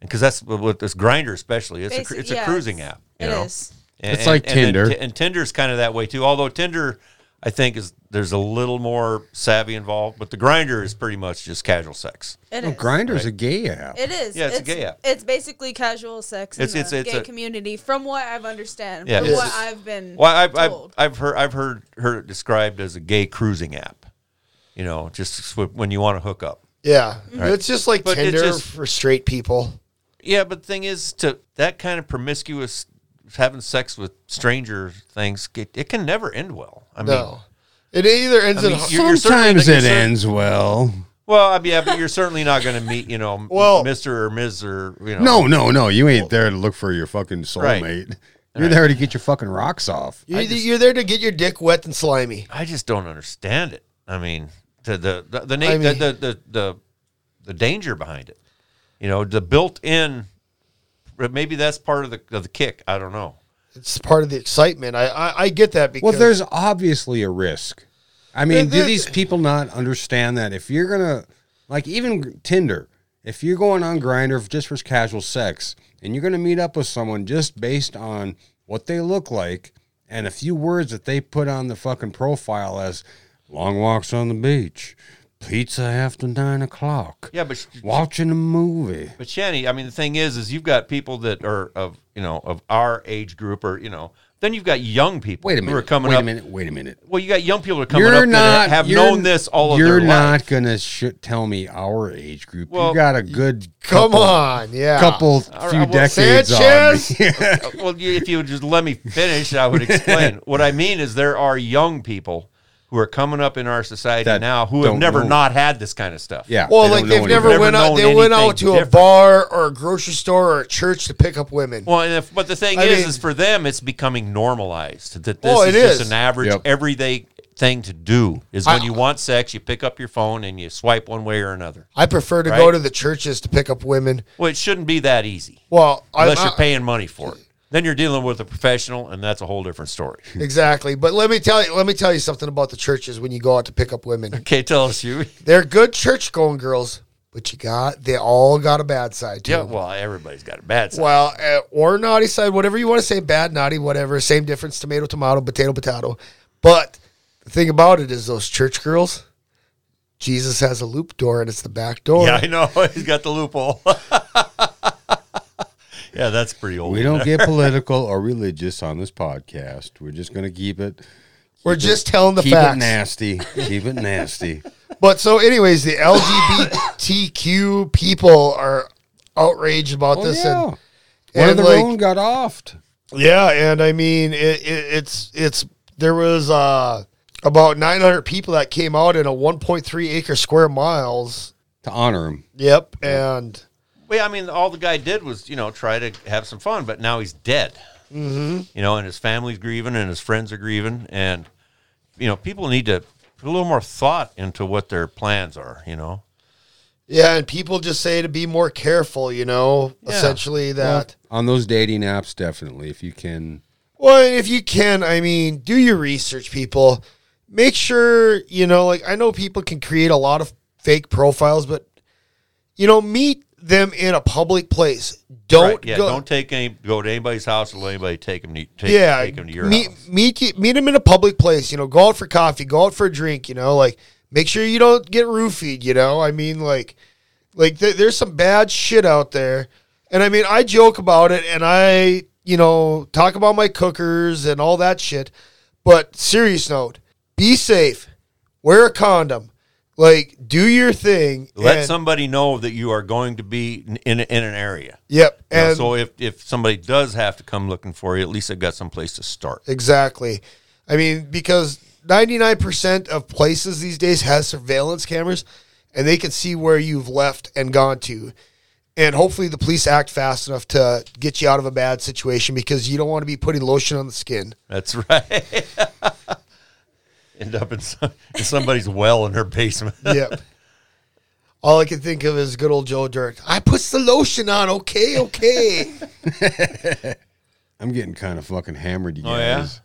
B: Because that's what what this grinder, especially. It's a,
D: Basi-
B: cr- it's
D: yeah,
B: a cruising
D: it's-
B: app. You
D: it
B: know?
D: is.
B: And-
A: It's like
B: and- and then
A: Tinder.
B: Ti- and Tinder's kind of that way too. Although Tinder, I think is there's a little more savvy involved, but the grinder is pretty much just casual sex.
D: It
A: Oh,
D: is.
A: Grinder's a gay app.
D: It is.
B: Yeah, it's a gay app.
D: It's basically casual sex in
B: It's-
D: the
B: it's- it's
D: gay
B: a-
D: community, from what I've understand,
B: Yeah,
D: from
B: it's-
D: what I've been
B: Well, I've I've,
D: told.
B: I've heard I've heard heard it described as a gay cruising app. You know, just sw- when you want to hook up.
C: Yeah, it's just like
B: But it
C: Tinder
B: just-
C: for straight people.
B: Yeah, but the thing is, to that kind of promiscuous having sex with stranger things, it, it can never end well. I mean,
C: No, it either ends
B: I mean,
C: in
B: you're- you're certainly-
A: Sometimes
B: you're
A: it
B: cer-
A: ends well.
B: well, I mean, yeah, but you're certainly not going to meet, you know,
C: Well-
B: Mister or Ms. or you know,
A: No, no, no. You ain't there to look for your fucking soulmate.
B: Right.
A: You're there to get your fucking rocks off.
C: you're, you're there to get your dick wet and slimy.
B: I just don't understand it. I mean, the the the the, na-
C: I mean-
B: the, the, the, the danger behind it. You know, the built-in but maybe that's part of the of the kick. I don't know.
C: It's part of the excitement. I I, I get that because
A: Well, there's obviously a risk. I mean, do
C: there-
A: these people not understand that if you're gonna like even Tinder, if you're going on Grinder just for casual sex and you're gonna meet up with someone just based on what they look like and a few words that they put on the fucking profile as long walks on the beach, pizza after nine o'clock,
B: Yeah, but
A: watching a movie.
B: But Shanny, I mean, the thing is, is you've got people that are of you know of our age group, or you know, then you've got young people.
A: Wait a
B: who are
A: minute.
B: coming
A: wait
B: up.
A: a minute. Wait a minute.
B: Well, you got young people that are coming
A: you're
B: up
A: not
B: that have
A: you're-
B: known this all of
A: you're
B: their
A: not
B: life.
A: gonna sh- tell me our age group.
B: Well,
A: you got a good
C: come
A: couple,
C: on, yeah.
A: couple
B: All
A: few
B: right, well,
A: decades
C: Sanchez?
A: on. me.
B: well, you- if you would just let me finish, I would explain. what I mean is, there are young people who are coming up in our society
A: That
B: now who have
A: don't
B: never
A: know.
B: not had this kind of stuff.
A: yeah.
C: Well,
A: they
C: like
A: don't
C: they've
A: know
C: never,
A: anymore.
B: Never
C: went out.
B: known
C: They went
B: anything
C: out to a
B: different.
C: bar or a grocery store or a church to pick up women.
B: Well, and if, but the thing
C: I
B: is,
C: mean-
B: is for them, it's becoming normalized. That this
C: Well,
B: is,
C: it
B: just
C: is.
B: an average,
A: Yep.
B: everyday thing to do. Is when
C: I-
B: you want sex, you pick up your phone and you swipe one way or another.
C: I prefer to go
B: Right.
C: to the churches to pick up women.
B: Well, it shouldn't be that easy
C: Well, I,
B: unless
C: I-
B: you're paying money for it. Then you're dealing with a professional, and that's a whole different story.
C: exactly. But let me tell you, let me tell you something about the churches when you go out to pick up women.
B: Okay, tell us you.
C: They're good church going girls, but you got they all got a bad side to
B: Yeah,
C: them.
B: well, everybody's got a bad side.
C: Well, uh, or naughty side, whatever you want to say, bad, naughty, whatever, same difference, tomato, tomato, potato, potato. But the thing about it is those church girls, Jesus has a loop door and it's the back door.
B: yeah, I know. He's got the loophole. yeah, that's pretty old.
A: We don't get political or religious on this podcast. We're just gonna keep it
C: We're just telling the
A: keep it
C: facts.
A: nasty. keep it nasty.
C: But so, anyways, the LGBTQ people are outraged about
A: Oh,
C: this,
A: yeah.
C: and
A: One of
C: and,
A: their
C: like-
A: own got offed.
C: yeah, and I mean, it, it, it's it's there was uh, about 900 people that came out in a 1.3 acre square miles.
A: To honor him.
C: Yep, and
B: Well, I mean, all the guy did was, you know, try to have some fun, but now he's dead. Mm-hmm. You know, and his family's grieving and his friends are grieving. And, you know, people need to put a little more thought into what their plans are, you know?
C: yeah, and people just say to be more careful. You know, essentially that.
A: On those dating apps, definitely. If you can
C: Well, and if you can, I mean, do your research, people. Make sure, you know, like I know people can create a lot of fake profiles, but you know, meet them in a public place. Don't
B: Right, yeah,
C: go.
B: don't take any, go to anybody's house or let anybody take him to, take,
C: yeah,
B: take him to your
C: meet
B: house.
C: meet you- meet them in a public place. You know, go out for coffee, go out for a drink. You know, like make sure you don't get roofied. You know, I mean, like like th- there's some bad shit out there, and I mean, I joke about it, and I you know talk about my cookers and all that shit. But serious note, be safe, wear a condom, like do your thing.
B: Let
C: and-
B: somebody know that you are going to be in, in, in an area.
C: Yep,
B: You know,
C: and
B: so if, if somebody does have to come looking for you, at least they've got some place to start.
C: Exactly. I mean, because 99% of places these days has surveillance cameras and they can see where you've left and gone to. And hopefully the police act fast enough to get you out of a bad situation because you don't want to be putting lotion on the skin.
B: That's right. End up in, some, in somebody's well in her basement.
C: Yep. All I can think of is good old Joe Dirt. I put the lotion on. Okay, okay.
A: I'm getting kind of fucking hammered, you
B: Oh, yeah?
A: guys.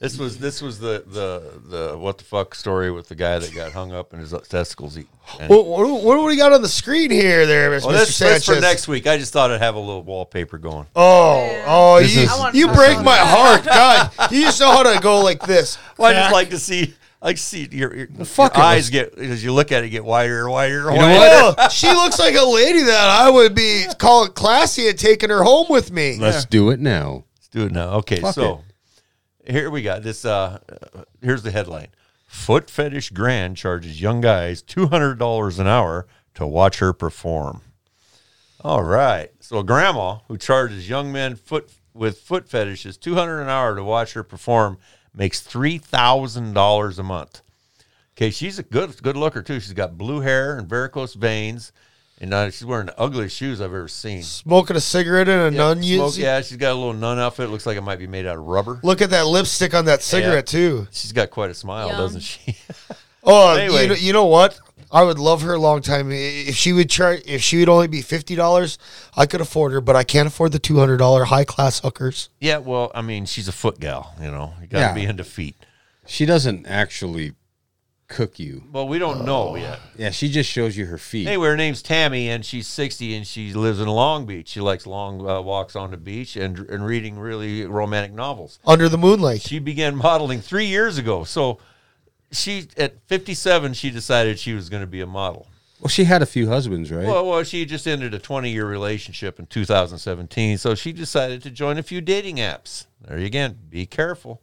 B: This was this was the the the what the fuck story with the guy that got hung up and his testicles eaten. And-
C: what, what, what do we got on the screen here, there, Mr.
B: well, that's, that's
C: Sanchez?
B: Oh, for next week. I just thought I'd have a little wallpaper going.
C: Oh, oh,
A: This
C: you,
A: is- I
D: want-
C: you
D: I
C: break
D: want
C: my
D: that.
C: heart, God! You just know how to go like this.
B: Well, I just like to see, I like to see your, your,
A: fuck,
B: your
A: it
B: eyes
A: was-
B: get as you look at it get wider and wider. And
A: You know
B: wider.
A: what?
C: Oh, she looks like a lady that I would be calling classy and taking her home with me.
A: Let's do it now.
B: Let's do it now. Okay,
A: Fuck
B: so here we got this. Uh, uh, here's the headline: Foot fetish grand charges young guys two hundred dollars an hour to watch her perform. All right, so a grandma who charges young men foot with foot fetishes two hundred an hour to watch her perform makes three thousand dollars a month. Okay, she's a good good looker too. She's got blue hair and varicose veins, and uh, she's wearing the ugliest shoes I've ever seen.
C: Smoking a cigarette and an
B: Yeah,
C: onion.
B: smoke- yeah, she's got a little nun outfit. Looks like it might be made out of rubber.
C: Look at that lipstick on that cigarette too.
B: She's got quite a smile,
D: Yum.
B: doesn't she?
C: Oh,
B: Anyway.
C: you, know, you know what? I would love her a long time. I- If she would charge, if she would only be fifty dollars, I could afford her. But I can't afford the two hundred dollar high class hookers.
B: Yeah, well, I mean, she's a foot gal, you know. You gotta
A: Yeah.
B: be into feet.
A: She doesn't actually cook you.
B: Well, we don't know yet.
A: Yeah, she just shows you her feet.
B: Anyway, her name's Tammy, and she's 60, and she lives in Long Beach. She likes long uh, walks on the beach and and reading really romantic novels.
C: Under the moonlight.
B: She began modeling three years ago. So she at 57, she decided she was going to be a model.
A: Well, she had a few husbands, right?
B: Well, well, she just ended a 20 year relationship in 2017, so she decided to join a few dating apps. There you again, be careful.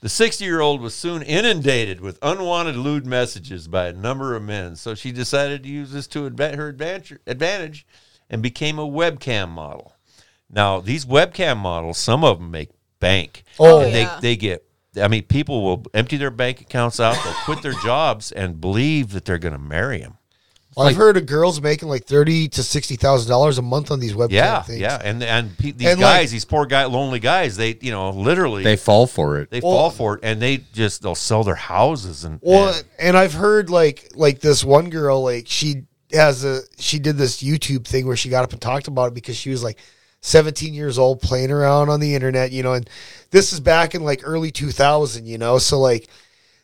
B: The 60 year old was soon inundated with unwanted lewd messages by a number of men, so she decided to use this to adva- her advantage, advantage and became a webcam model. Now, these webcam models, some of them make bank.
C: Oh.
B: And they,
D: Yeah.
B: they get, I mean, people will empty their bank accounts out, they'll quit their jobs, and believe that they're going to marry him.
C: I've heard of girls making like thirty to sixty thousand dollars a month on these webcam
B: Yeah,
C: things.
B: yeah, and and pe- these
C: And, like-
B: guys, these poor guy, lonely guys, they you know literally
A: they
B: they,
A: fall for it.
B: fall for it, and they just they'll sell their houses and
C: Well,
B: and-
C: and I've heard like like this one girl like she has a she did this YouTube thing where she got up and talked about it because she was like 17 years old playing around on the internet, you know, and this is back in like early 2000, you know, so like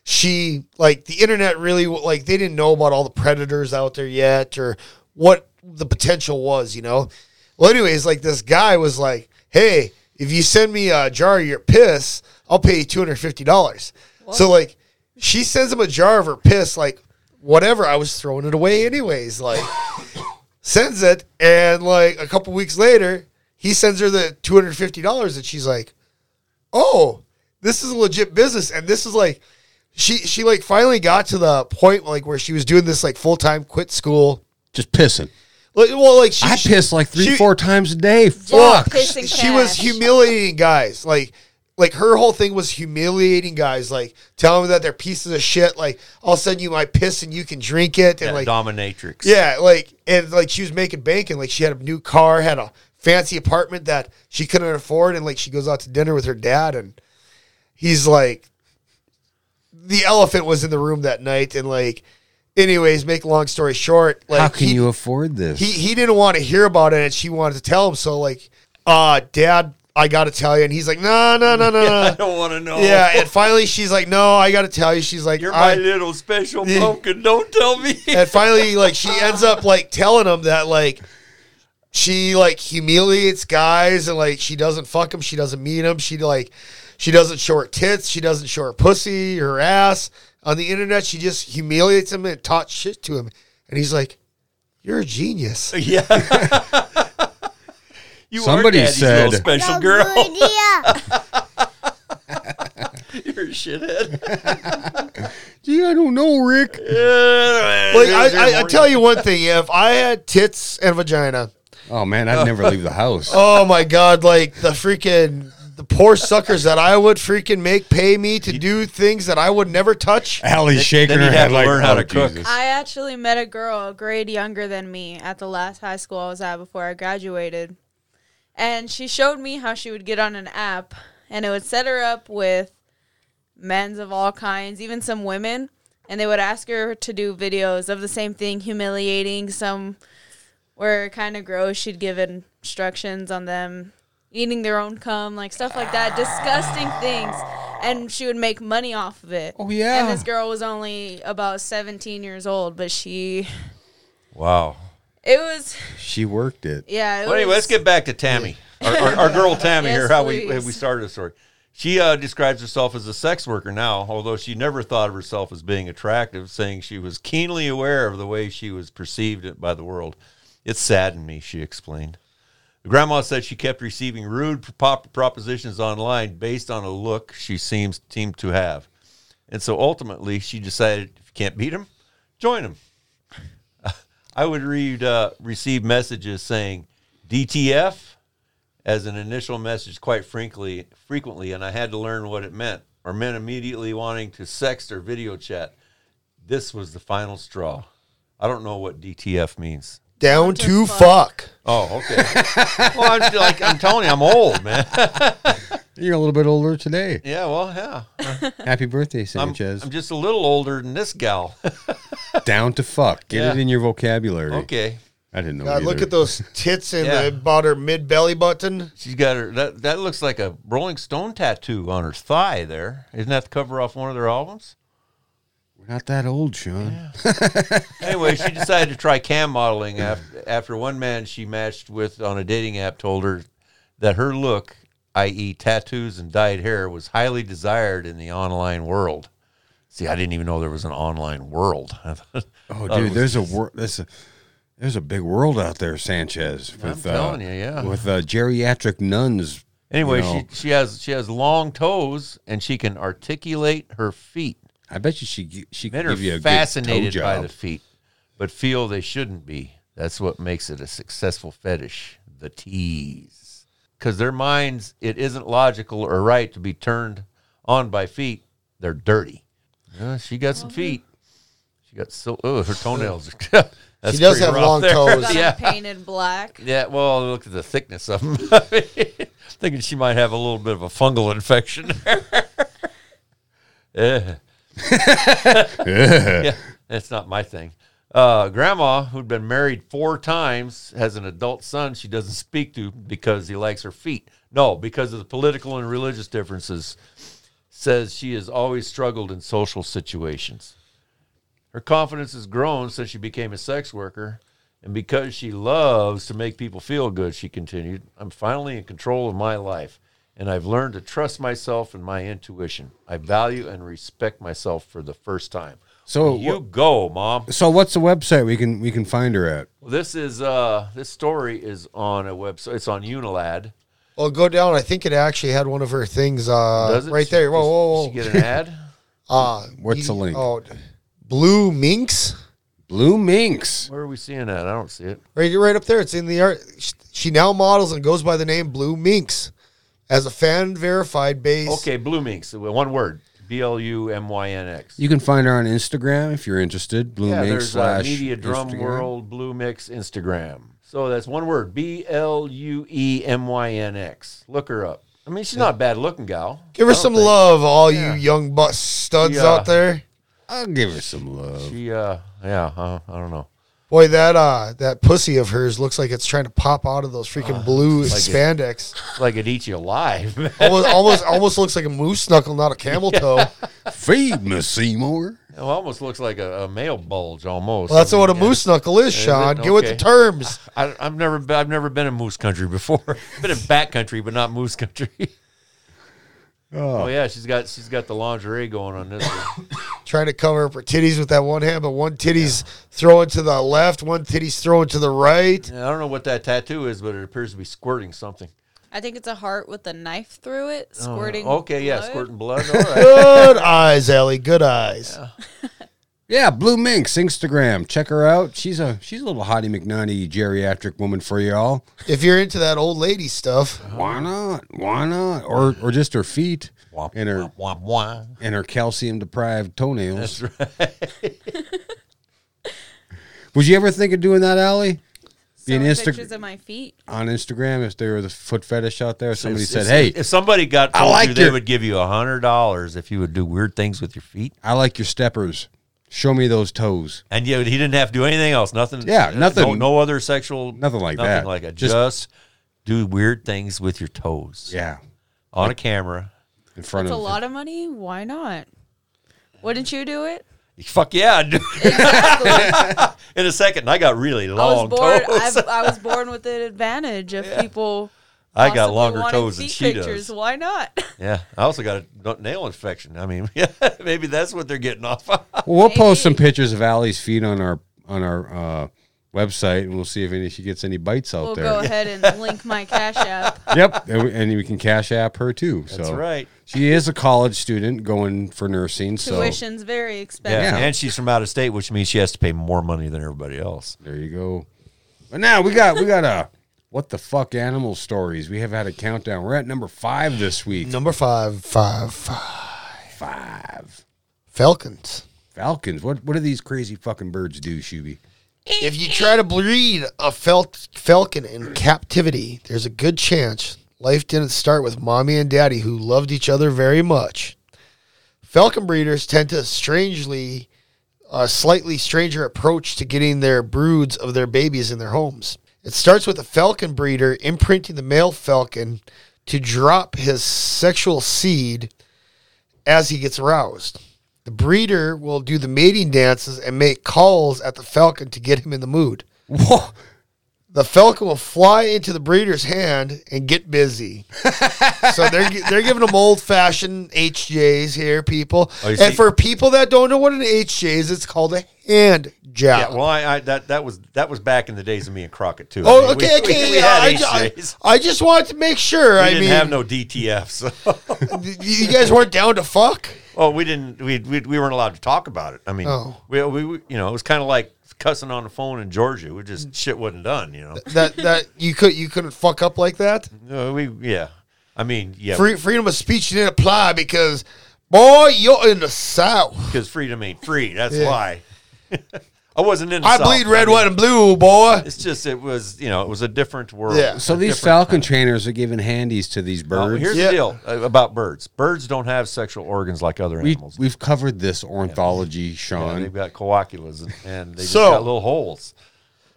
C: she like the internet really like they didn't know about all the predators out there yet or what the potential was, you know. Well, anyways, like this guy was like, "Hey, if you send me a jar of your piss, I'll pay you two hundred fifty dollars." So like, she sends him a jar of her piss, like whatever. I was throwing it away anyways. Like, sends it, and like a couple weeks later, he sends her the two hundred fifty dollars, and she's like, "Oh, this is a legit business," and this is like. She, she like finally got to the point like where she was doing this like full time quit school
A: Just pissing.
C: like well like she,
A: I
C: she-
A: piss like three,
C: she- oh,
A: four times a day.
D: Yeah,
A: Fuck.
D: pissing
C: she was
D: cash.
C: humiliating guys like like her whole thing was humiliating guys like telling them that they're pieces of shit like all of a sudden you might piss and you can drink it and
B: that
C: like
B: dominatrix.
C: yeah like and like she was making bank and like she had a new car had a fancy apartment that she couldn't afford and like she goes out to dinner with her dad and he's like the elephant was in the room that night and like anyways make a long story short like
A: How can
C: he-
A: you afford this?
C: he he didn't want to hear about it and she wanted to tell him so like uh dad i gotta tell you and he's like no no no no
B: I
C: no
B: don't want to know.
C: yeah and finally she's like no i gotta tell you she's like
B: you're my
C: I,
B: little special pumpkin. Don't tell me.
C: and finally like she ends up like telling him that like she like humiliates guys and like she doesn't fuck him she doesn't meet him she like she doesn't show her tits she doesn't show her pussy her ass on the internet she just humiliates him and taught shit to him and he's like you're a genius
B: yeah. You
A: Somebody
B: are daddy's little
A: said-
B: special girl. You're a shithead.
A: Gee, I don't know, Rick.
C: Like I, I, I tell you one thing, if I had tits and vagina,
A: Oh man, I'd never leave the house.
C: oh my god, like the freaking the poor suckers that I would freaking make pay me to do things that I would never touch.
A: Allie's shaking
B: then
A: her
B: you'd have
A: head
B: to
A: like,
B: learn how
A: "Oh,
B: to cook."
A: Jesus."
D: I actually met a girl a grade younger than me at the last high school I was at before I graduated. And she showed me how she would get on an app and it would set her up with men's of all kinds, even some women, and they would ask her to do videos of the same thing, humiliating some were kind of gross. She'd give instructions on them eating their own cum, like stuff like that, disgusting things. And she would make money off of it.
A: Oh, yeah.
D: And this girl was only about 17 years old, but she,
B: Wow.
D: it was,
A: She worked it.
D: yeah. It
B: Well, anyway,
D: was-
B: let's get back to Tammy, our, our, our girl Tammy
D: Yes,
B: here. How we
D: please.
B: how we started the story. She uh, describes herself as a sex worker now, although she never thought of herself as being attractive, saying she was keenly aware of the way she was perceived by the world. It saddened me, she explained. Grandma said she kept receiving rude pop- propositions online based on a look she seems seemed to have. And so ultimately, she decided if you can't beat him, join him. I would read uh, receive messages saying DTF as an initial message quite frankly frequently, and I had to learn what it meant or men immediately wanting to sext or video chat. This was the final straw. I don't know what DTF means.
C: Down to fuck.
B: Oh, okay. well, I'm like I'm telling you, I'm old, man.
A: You're a little bit older today.
B: Yeah, well, yeah.
A: Happy birthday,
B: I'm,
A: Sanchez.
B: I'm just a little older than this gal.
A: down to fuck. Get it
B: Yeah.
A: in your vocabulary.
B: Okay.
A: I didn't know.
C: God, look
A: either.
C: at those tits in
B: Yeah.
C: the about her mid belly button.
B: She's got her that that looks like a Rolling Stone tattoo on her thigh there. Isn't that the cover off one of their albums?
A: We're not that old, Sean.
B: Anyway, she decided to try cam modeling after after one man she matched with on a dating app told her that her look, i.e. tattoos and dyed hair, was highly desired in the online world. See, I didn't even know there was an online world. I thought-
A: Oh,
B: thought
A: dude,
B: it was
A: there's a wor- there's a there's a big world out there, Sanchez. With, uh,
B: telling you, yeah.
A: With uh, geriatric nuns.
B: Anyway,
A: you know.
B: she she has she has long toes and she can articulate her feet.
A: I bet you she gi- she could
B: Men are
A: give you a
B: fascinated
A: good toe
B: by
A: job.
B: the feet, but feel they shouldn't be. That's what makes it a successful fetish, the tease. Because their minds, it isn't logical or right to be turned on by feet. They're dirty. Yeah, she got some feet. She got so, oh, her toenails are. that's
C: She does
B: pretty
C: have
B: rough
C: long
B: there.
C: toes.
D: Got 'em
B: Yeah.
D: painted black.
B: Yeah, well, look at the thickness of them. Thinking she might have a little bit of a fungal infection. Eh. yeah, that's not my thing. Uh, grandma, who'd been married four times, has an adult son she doesn't speak to because he likes her feet. No, because of the political and religious differences, says she has always struggled in social situations. Her confidence has grown since she became a sex worker. And because she loves to make people feel good, she continued, I'm finally in control of my life. And I've learned to trust myself and my intuition. I value and respect myself for the first time.
A: So
B: you go, mom.
A: So what's the website we can we can find her at?
B: This is uh this story is on a website. It's on Unilad.
C: Well, go down. I think it actually had one of her things uh,
B: Does it?
C: right there. Whoa,
B: Does-
C: whoa, whoa.
B: does she get an ad?
C: Uh,
A: What's
C: you-
A: the link?
C: Oh, Blue Minx.
A: Blue Minx.
B: Where are we seeing that? I don't see it.
C: Right, right up there. It's in the art. Sh- She now models and goes by the name Blue Minx as a fan verified base.
B: Okay, Blue Minx. One word. B L U M Y N X.
A: You can find her on Instagram if you're interested. Blue
B: Yeah,
A: Minx
B: there's uh,
A: slash
B: Media Drum
A: Instagram.
B: World Blue Mix Instagram. So that's one word: B L U E M Y N X. Look her up. I mean, she's not a bad looking gal.
C: Give her some love, all you young bus studs
B: Yeah.
C: out there.
A: I'll give her some love.
B: She, uh, yeah, uh, I don't know.
C: Boy, that uh, that pussy of hers looks like it's trying to pop out of those
B: Uh,
C: freaking blue spandex.
B: It's Like it eats you alive.
C: almost, almost, almost looks like a moose knuckle, not a camel toe. Well,
A: Feed me, Seymour.
B: it almost looks like a, a male bulge, almost.
C: that's
B: I
C: what a
B: mean, yeah.
C: moose knuckle is, Sean. Get with the
B: Okay.
C: terms.
B: I, I've never, been, I've never been in moose country before. been in back country, but not moose country. oh. yeah, she's got, she's got the lingerie going on this. one.
C: Trying to cover up her titties with that one hand, but one titty's throwing to the left, one titty's throwing to the right.
B: Yeah, I don't know what that tattoo is, but it appears to be squirting something.
D: I think it's a heart with a knife through it,
B: Oh,
D: squirting.
B: okay, yeah,
D: blood.
B: squirting blood. All right.
C: Good eyes, Ellie. Good eyes.
A: Yeah, Blue Minx Instagram. Check her out. She's a she's a little Hottie McNaughty geriatric woman for y'all.
C: If you're into that old lady stuff,
B: Uh-huh.
A: Why not? Why not? Or or just her feet
B: Womp,
A: and her
B: womp, womp, womp.
A: and her calcium deprived toenails. That's right. Would you ever think of doing that, Allie? Being
D: Selling
A: Insta-
D: pictures of my feet.
A: On Instagram, if there was a foot fetish out there, somebody
B: If-
A: said,
B: if-
A: "Hey,
B: if somebody got told
A: like
B: you they
A: your-
B: would give you a hundred dollars if you would do weird things with your feet,
A: I like your steppers. Show me those toes."
B: and you, he didn't have to do anything else, nothing, uh,
A: Yeah, nothing-
B: no, no other sexual,
A: Nothing like that.
B: like that,
A: Just-
B: just, do weird things with your toes
A: Yeah,
B: on a camera.
A: in front
D: It's a
A: of
D: lot of money. Why not? Wouldn't you do it?
B: Fuck yeah! I'd do- In a second, I got really
D: I was
B: long
D: born.
B: toes.
D: I've, I was born with an advantage of people.
B: I got
D: possibly
B: longer
D: wanting
B: toes than
D: feet
B: she
D: pictures.
B: does.
D: Why not?
B: Yeah, I also got a n- nail infection. I mean, maybe that's what they're getting off.
A: Well, we'll post
D: Maybe.
A: some pictures of Allie's feet on our on our uh, website, and we'll see if any she gets any bites out
D: We'll
A: there.
D: go ahead and link my Cash App.
A: yep, and we, and we can cash app her too. So
B: That's right.
A: She is a college student going for nursing. So
D: Tuition's very
B: Yeah.
D: expensive.
A: Yeah.
B: and she's from out of state, which means she has to pay more money than everybody else.
A: there you go. But now we got we got a what the fuck animal stories. We have had a countdown. We're at number five this week.
C: number five, five, five.
A: Five
C: Falcons.
A: falcons. What what do these crazy fucking birds do, Shuby?
C: If you try to breed a fel- falcon in captivity, there's a good chance life didn't start with mommy and daddy who loved each other very much. Falcon breeders tend to strangely a slightly stranger approach to getting their broods of their babies in their homes. It starts with a falcon breeder imprinting the male falcon to drop his sexual seed as he gets aroused. The breeder will do the mating dances and make calls at the falcon to get him in the mood.
A: Whoa.
C: The falcon will fly into the breeder's hand and get busy. so they're gi- they're giving them old fashioned HJs here, people.
B: Oh, you
C: and
B: see-
C: for people that don't know what an HJ is, it's called a hand job.
B: Yeah, well, I, I that that was that was back in the days of me and Crockett too.
C: oh,
B: I mean,
C: okay,
B: we,
C: okay.
B: We, we
C: yeah,
B: had
C: I, ju- I-
B: HJs.
C: I just wanted to make sure.
B: We
C: I
B: didn't
C: mean,
B: have no DTF, so
C: you guys weren't down to fuck.
B: oh, we didn't. We, we we weren't allowed to talk about it. I mean,
C: Oh.
B: we, we we- you know it was kind of like cussing on the phone in Georgia. We just shit wasn't done. You know,
C: That that you could you couldn't fuck up like that.
B: No, we yeah. I mean, yeah,
C: Free, freedom of speech didn't apply because, boy, you're in the south.
B: because freedom ain't free. That's
C: Yeah.
B: why. I wasn't in. The
C: I
B: South.
C: bleed red,
B: mean,
C: white, and blue, boy.
B: It's just it was you know it was a different world.
C: Yeah.
A: So these
B: different
A: falcon trainers are giving handies to these
B: Now,
A: birds.
B: here's
C: Yeah.
B: the deal uh, about birds. Birds don't have sexual organs like other
A: we,
B: animals.
A: we've covered this ornithology,
B: Yeah,
A: Sean.
B: they've got coagulas and, and they just
C: So-
B: got little holes.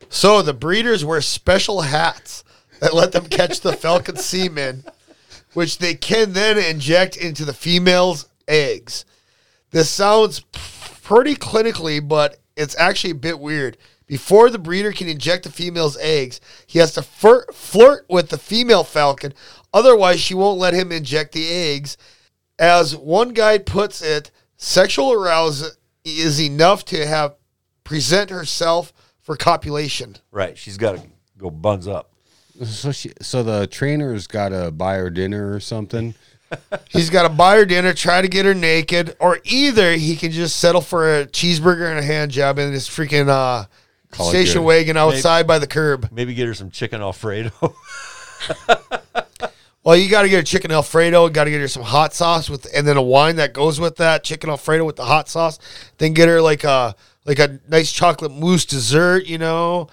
C: So the breeders wear special hats that let them catch the falcon semen, which they can then inject into the female's eggs. This sounds p- pretty clinically, but it's actually a bit weird. Before the breeder can inject the female's eggs, he has to fir- flirt with the female falcon, otherwise, she won't let him inject the eggs. As one guide puts it, sexual arousal is enough to have present herself for copulation.
B: Right. She's got to go buns up.
A: So she, so the trainer's got to buy her dinner or something.
C: He's got to buy her dinner, try to get her naked, or either he can just settle for a cheeseburger and a hand job in this freaking uh,
A: Call it
C: station
A: good.
C: wagon outside by the curb.
B: Maybe get her some chicken Alfredo.
C: Well, you got to get a chicken Alfredo, got to get her some hot sauce with, and then a wine that goes with that chicken Alfredo with the hot sauce. Then get her like a like a nice chocolate mousse dessert, you know,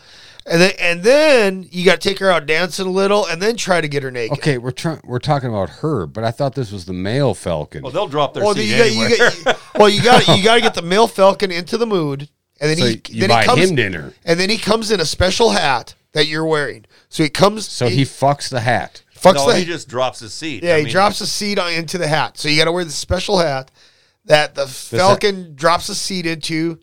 C: and then and then you got to take her out dancing a little, and then try to get her naked.
A: Okay, we're trying. We're talking about her, but I thought this was the male falcon.
B: well, they'll drop their
C: Well,
B: seed
C: you got,
B: anywhere.
C: you got, well, you got you got to get the male falcon into the mood, and then
A: So
C: he
A: you
C: then
A: buy
C: he comes,
A: him dinner.
C: and then he comes in a special hat that you're wearing. So he comes,
A: so he fucks the hat.
C: fucks
B: no,
C: the
B: he just drops his seed.
C: yeah,
B: I
C: he
B: mean,
C: drops a seed on- into the hat. So you got to wear the special hat that the falcon drops a seed into,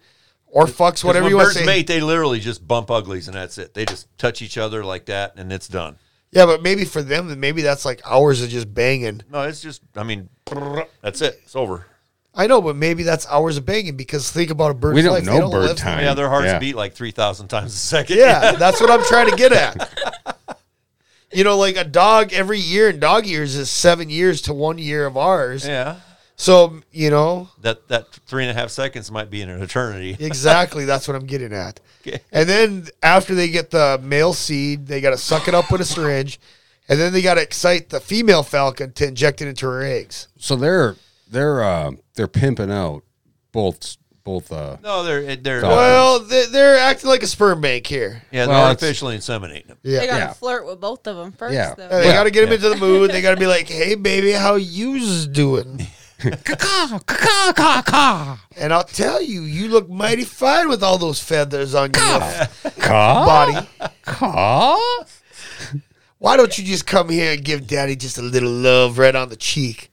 C: or fucks
B: 'cause
C: whatever
B: when
C: you want
B: birds
C: to say.
B: mate, they literally just bump uglies and that's it. They just touch each other like that and it's done.
C: Yeah, but maybe for them, then maybe that's like hours of just banging.
B: No, it's just I mean, that's it. It's over.
C: I know, but maybe that's hours of banging because think about a bird's
A: We don't
C: life. They
A: know bird
C: live-
A: time.
B: Yeah, their hearts
A: Yeah.
B: beat like three thousand times a second.
C: Yeah, that's what I'm trying to get at. You know, like a dog every year in dog years is seven years to one year of ours.
B: yeah.
C: So, you know,
B: That that three and a half seconds might be an eternity.
C: exactly that's what I'm getting at.
B: Okay.
C: And then after they get the male seed, they got to suck it up with a syringe. And then they got to excite the female falcon to inject it into her eggs.
A: So they're they're uh, they're pimping out both both. Uh,
B: No, they're eh, they're
A: Well,
C: Well, they- they're acting like a sperm bank here.
B: yeah,
A: well,
B: they're
A: it's-
B: artificially inseminating them.
D: They
C: Yeah.
D: gotta
A: Yeah.
D: flirt with both of them first,
A: Yeah.
C: Yeah,
D: though.
C: Uh, they
A: Yeah.
C: got to get them
B: Yeah.
C: into the mood. They got to be like, "Hey, baby, how you's doing?" and I'll tell you, you look mighty fine with all those feathers on your
A: Caw,
C: body.
A: caw.
C: Why don't you just come here and give Daddy just a little love right on the cheek?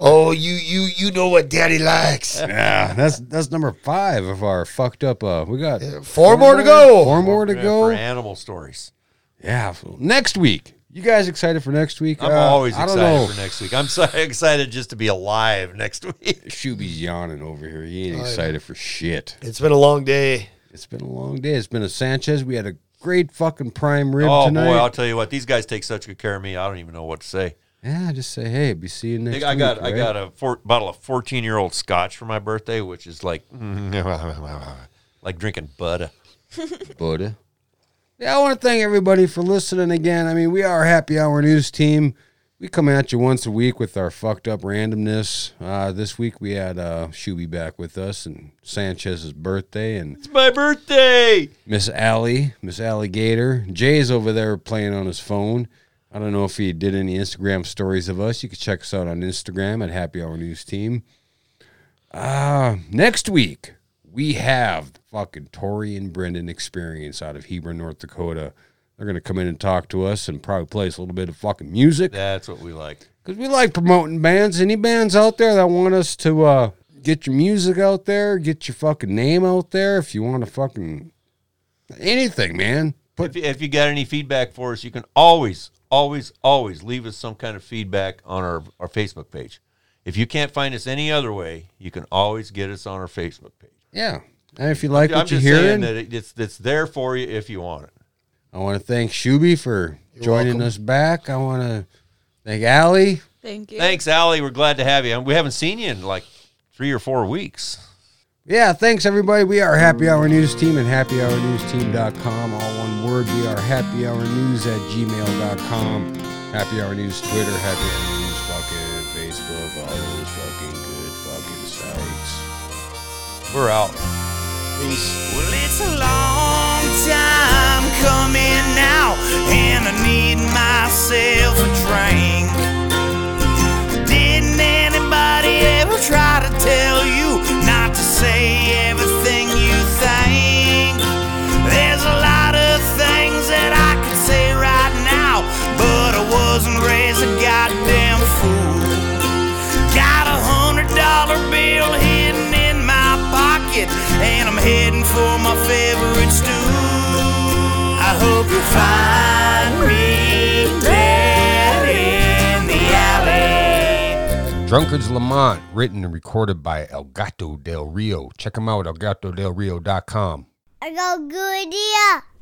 C: Oh, you you you know what Daddy likes.
A: Yeah, that's that's number five of our fucked up. Uh, we got
C: Four, more to go.
A: Four more to
B: Yeah,
A: go.
B: for animal stories.
A: Yeah, so next week. You guys excited for next week?
B: I'm
A: Uh,
B: always
A: I don't
B: excited
A: know.
B: for next week. I'm so excited just to be alive next week.
A: Shuby's yawning over here. He ain't excited for shit.
C: It's been a long day.
A: Oh, It's been a long day. It's been a Sanchez. We had a great fucking prime rib
B: Oh
A: tonight.
B: boy, I'll tell you what, these guys take such good care of me. I don't even know what to say.
A: yeah, just say hey. Be see you next.
B: I got
A: week,
B: I
A: right?
B: got a four, bottle of 14 year old scotch for my birthday, which is like like drinking butter.
A: Buddha. uh, Yeah, I want to thank everybody for listening again. I mean, we are Happy Hour News Team. We come at you once a week with our fucked up randomness. Uh, this week we had uh, Shuby back with us and Sanchez's birthday and
B: It's my birthday.
A: Miss Allie, Miss Alligator. Jay's over there playing on his phone. I don't know if he did any Instagram stories of us. You can check us out on Instagram at Happy Hour News Team. Uh, next week, we have the fucking Tori and Brendan experience out of Hebron, North Dakota. They're going to come in and talk to us and probably play us a little bit of fucking music
B: That's what we like.
A: because we like promoting bands. Any bands out there that want us to uh, get your music out there, get your fucking name out there, if you want to fucking anything, man. Put
B: If, you- if you got any feedback for us, you can always, always, always leave us some kind of feedback on our, our Facebook page. If you can't find us any other way, you can always get us on our Facebook page.
A: yeah. And if you like
B: I'm
A: what you're
B: just
A: hearing,
B: saying that it, it's it's there for you if you want it.
A: I want to thank Shuby for joining us back. I want to thank Allie.
D: Thank you.
B: Thanks, Allie. We're glad to have you. And We haven't seen you in like three or four weeks.
A: Yeah, thanks everybody. We are Happy Hour News Team and happyhournewsteam.com. All one word. We are happy hour news at gmail.com. Happy Hour News Twitter, Happy Hour News fucking Facebook, all those fucking good fucking sites.
B: We're out.
G: Well, it's a long time coming now, and I need myself a drink. Didn't anybody ever try to tell you not to say everything you think? There's a lot of things that I could say right now, but I wasn't raised a goddamn fool. Got a hundred dollar bill hidden in my pocket, and I'm heading for my favorite stew. I hope you find me dead in the alley.
A: Drunkards Lamont, written and recorded by Elgato Del Rio. Check him out, elgatodelrio.com.
H: I got a good idea.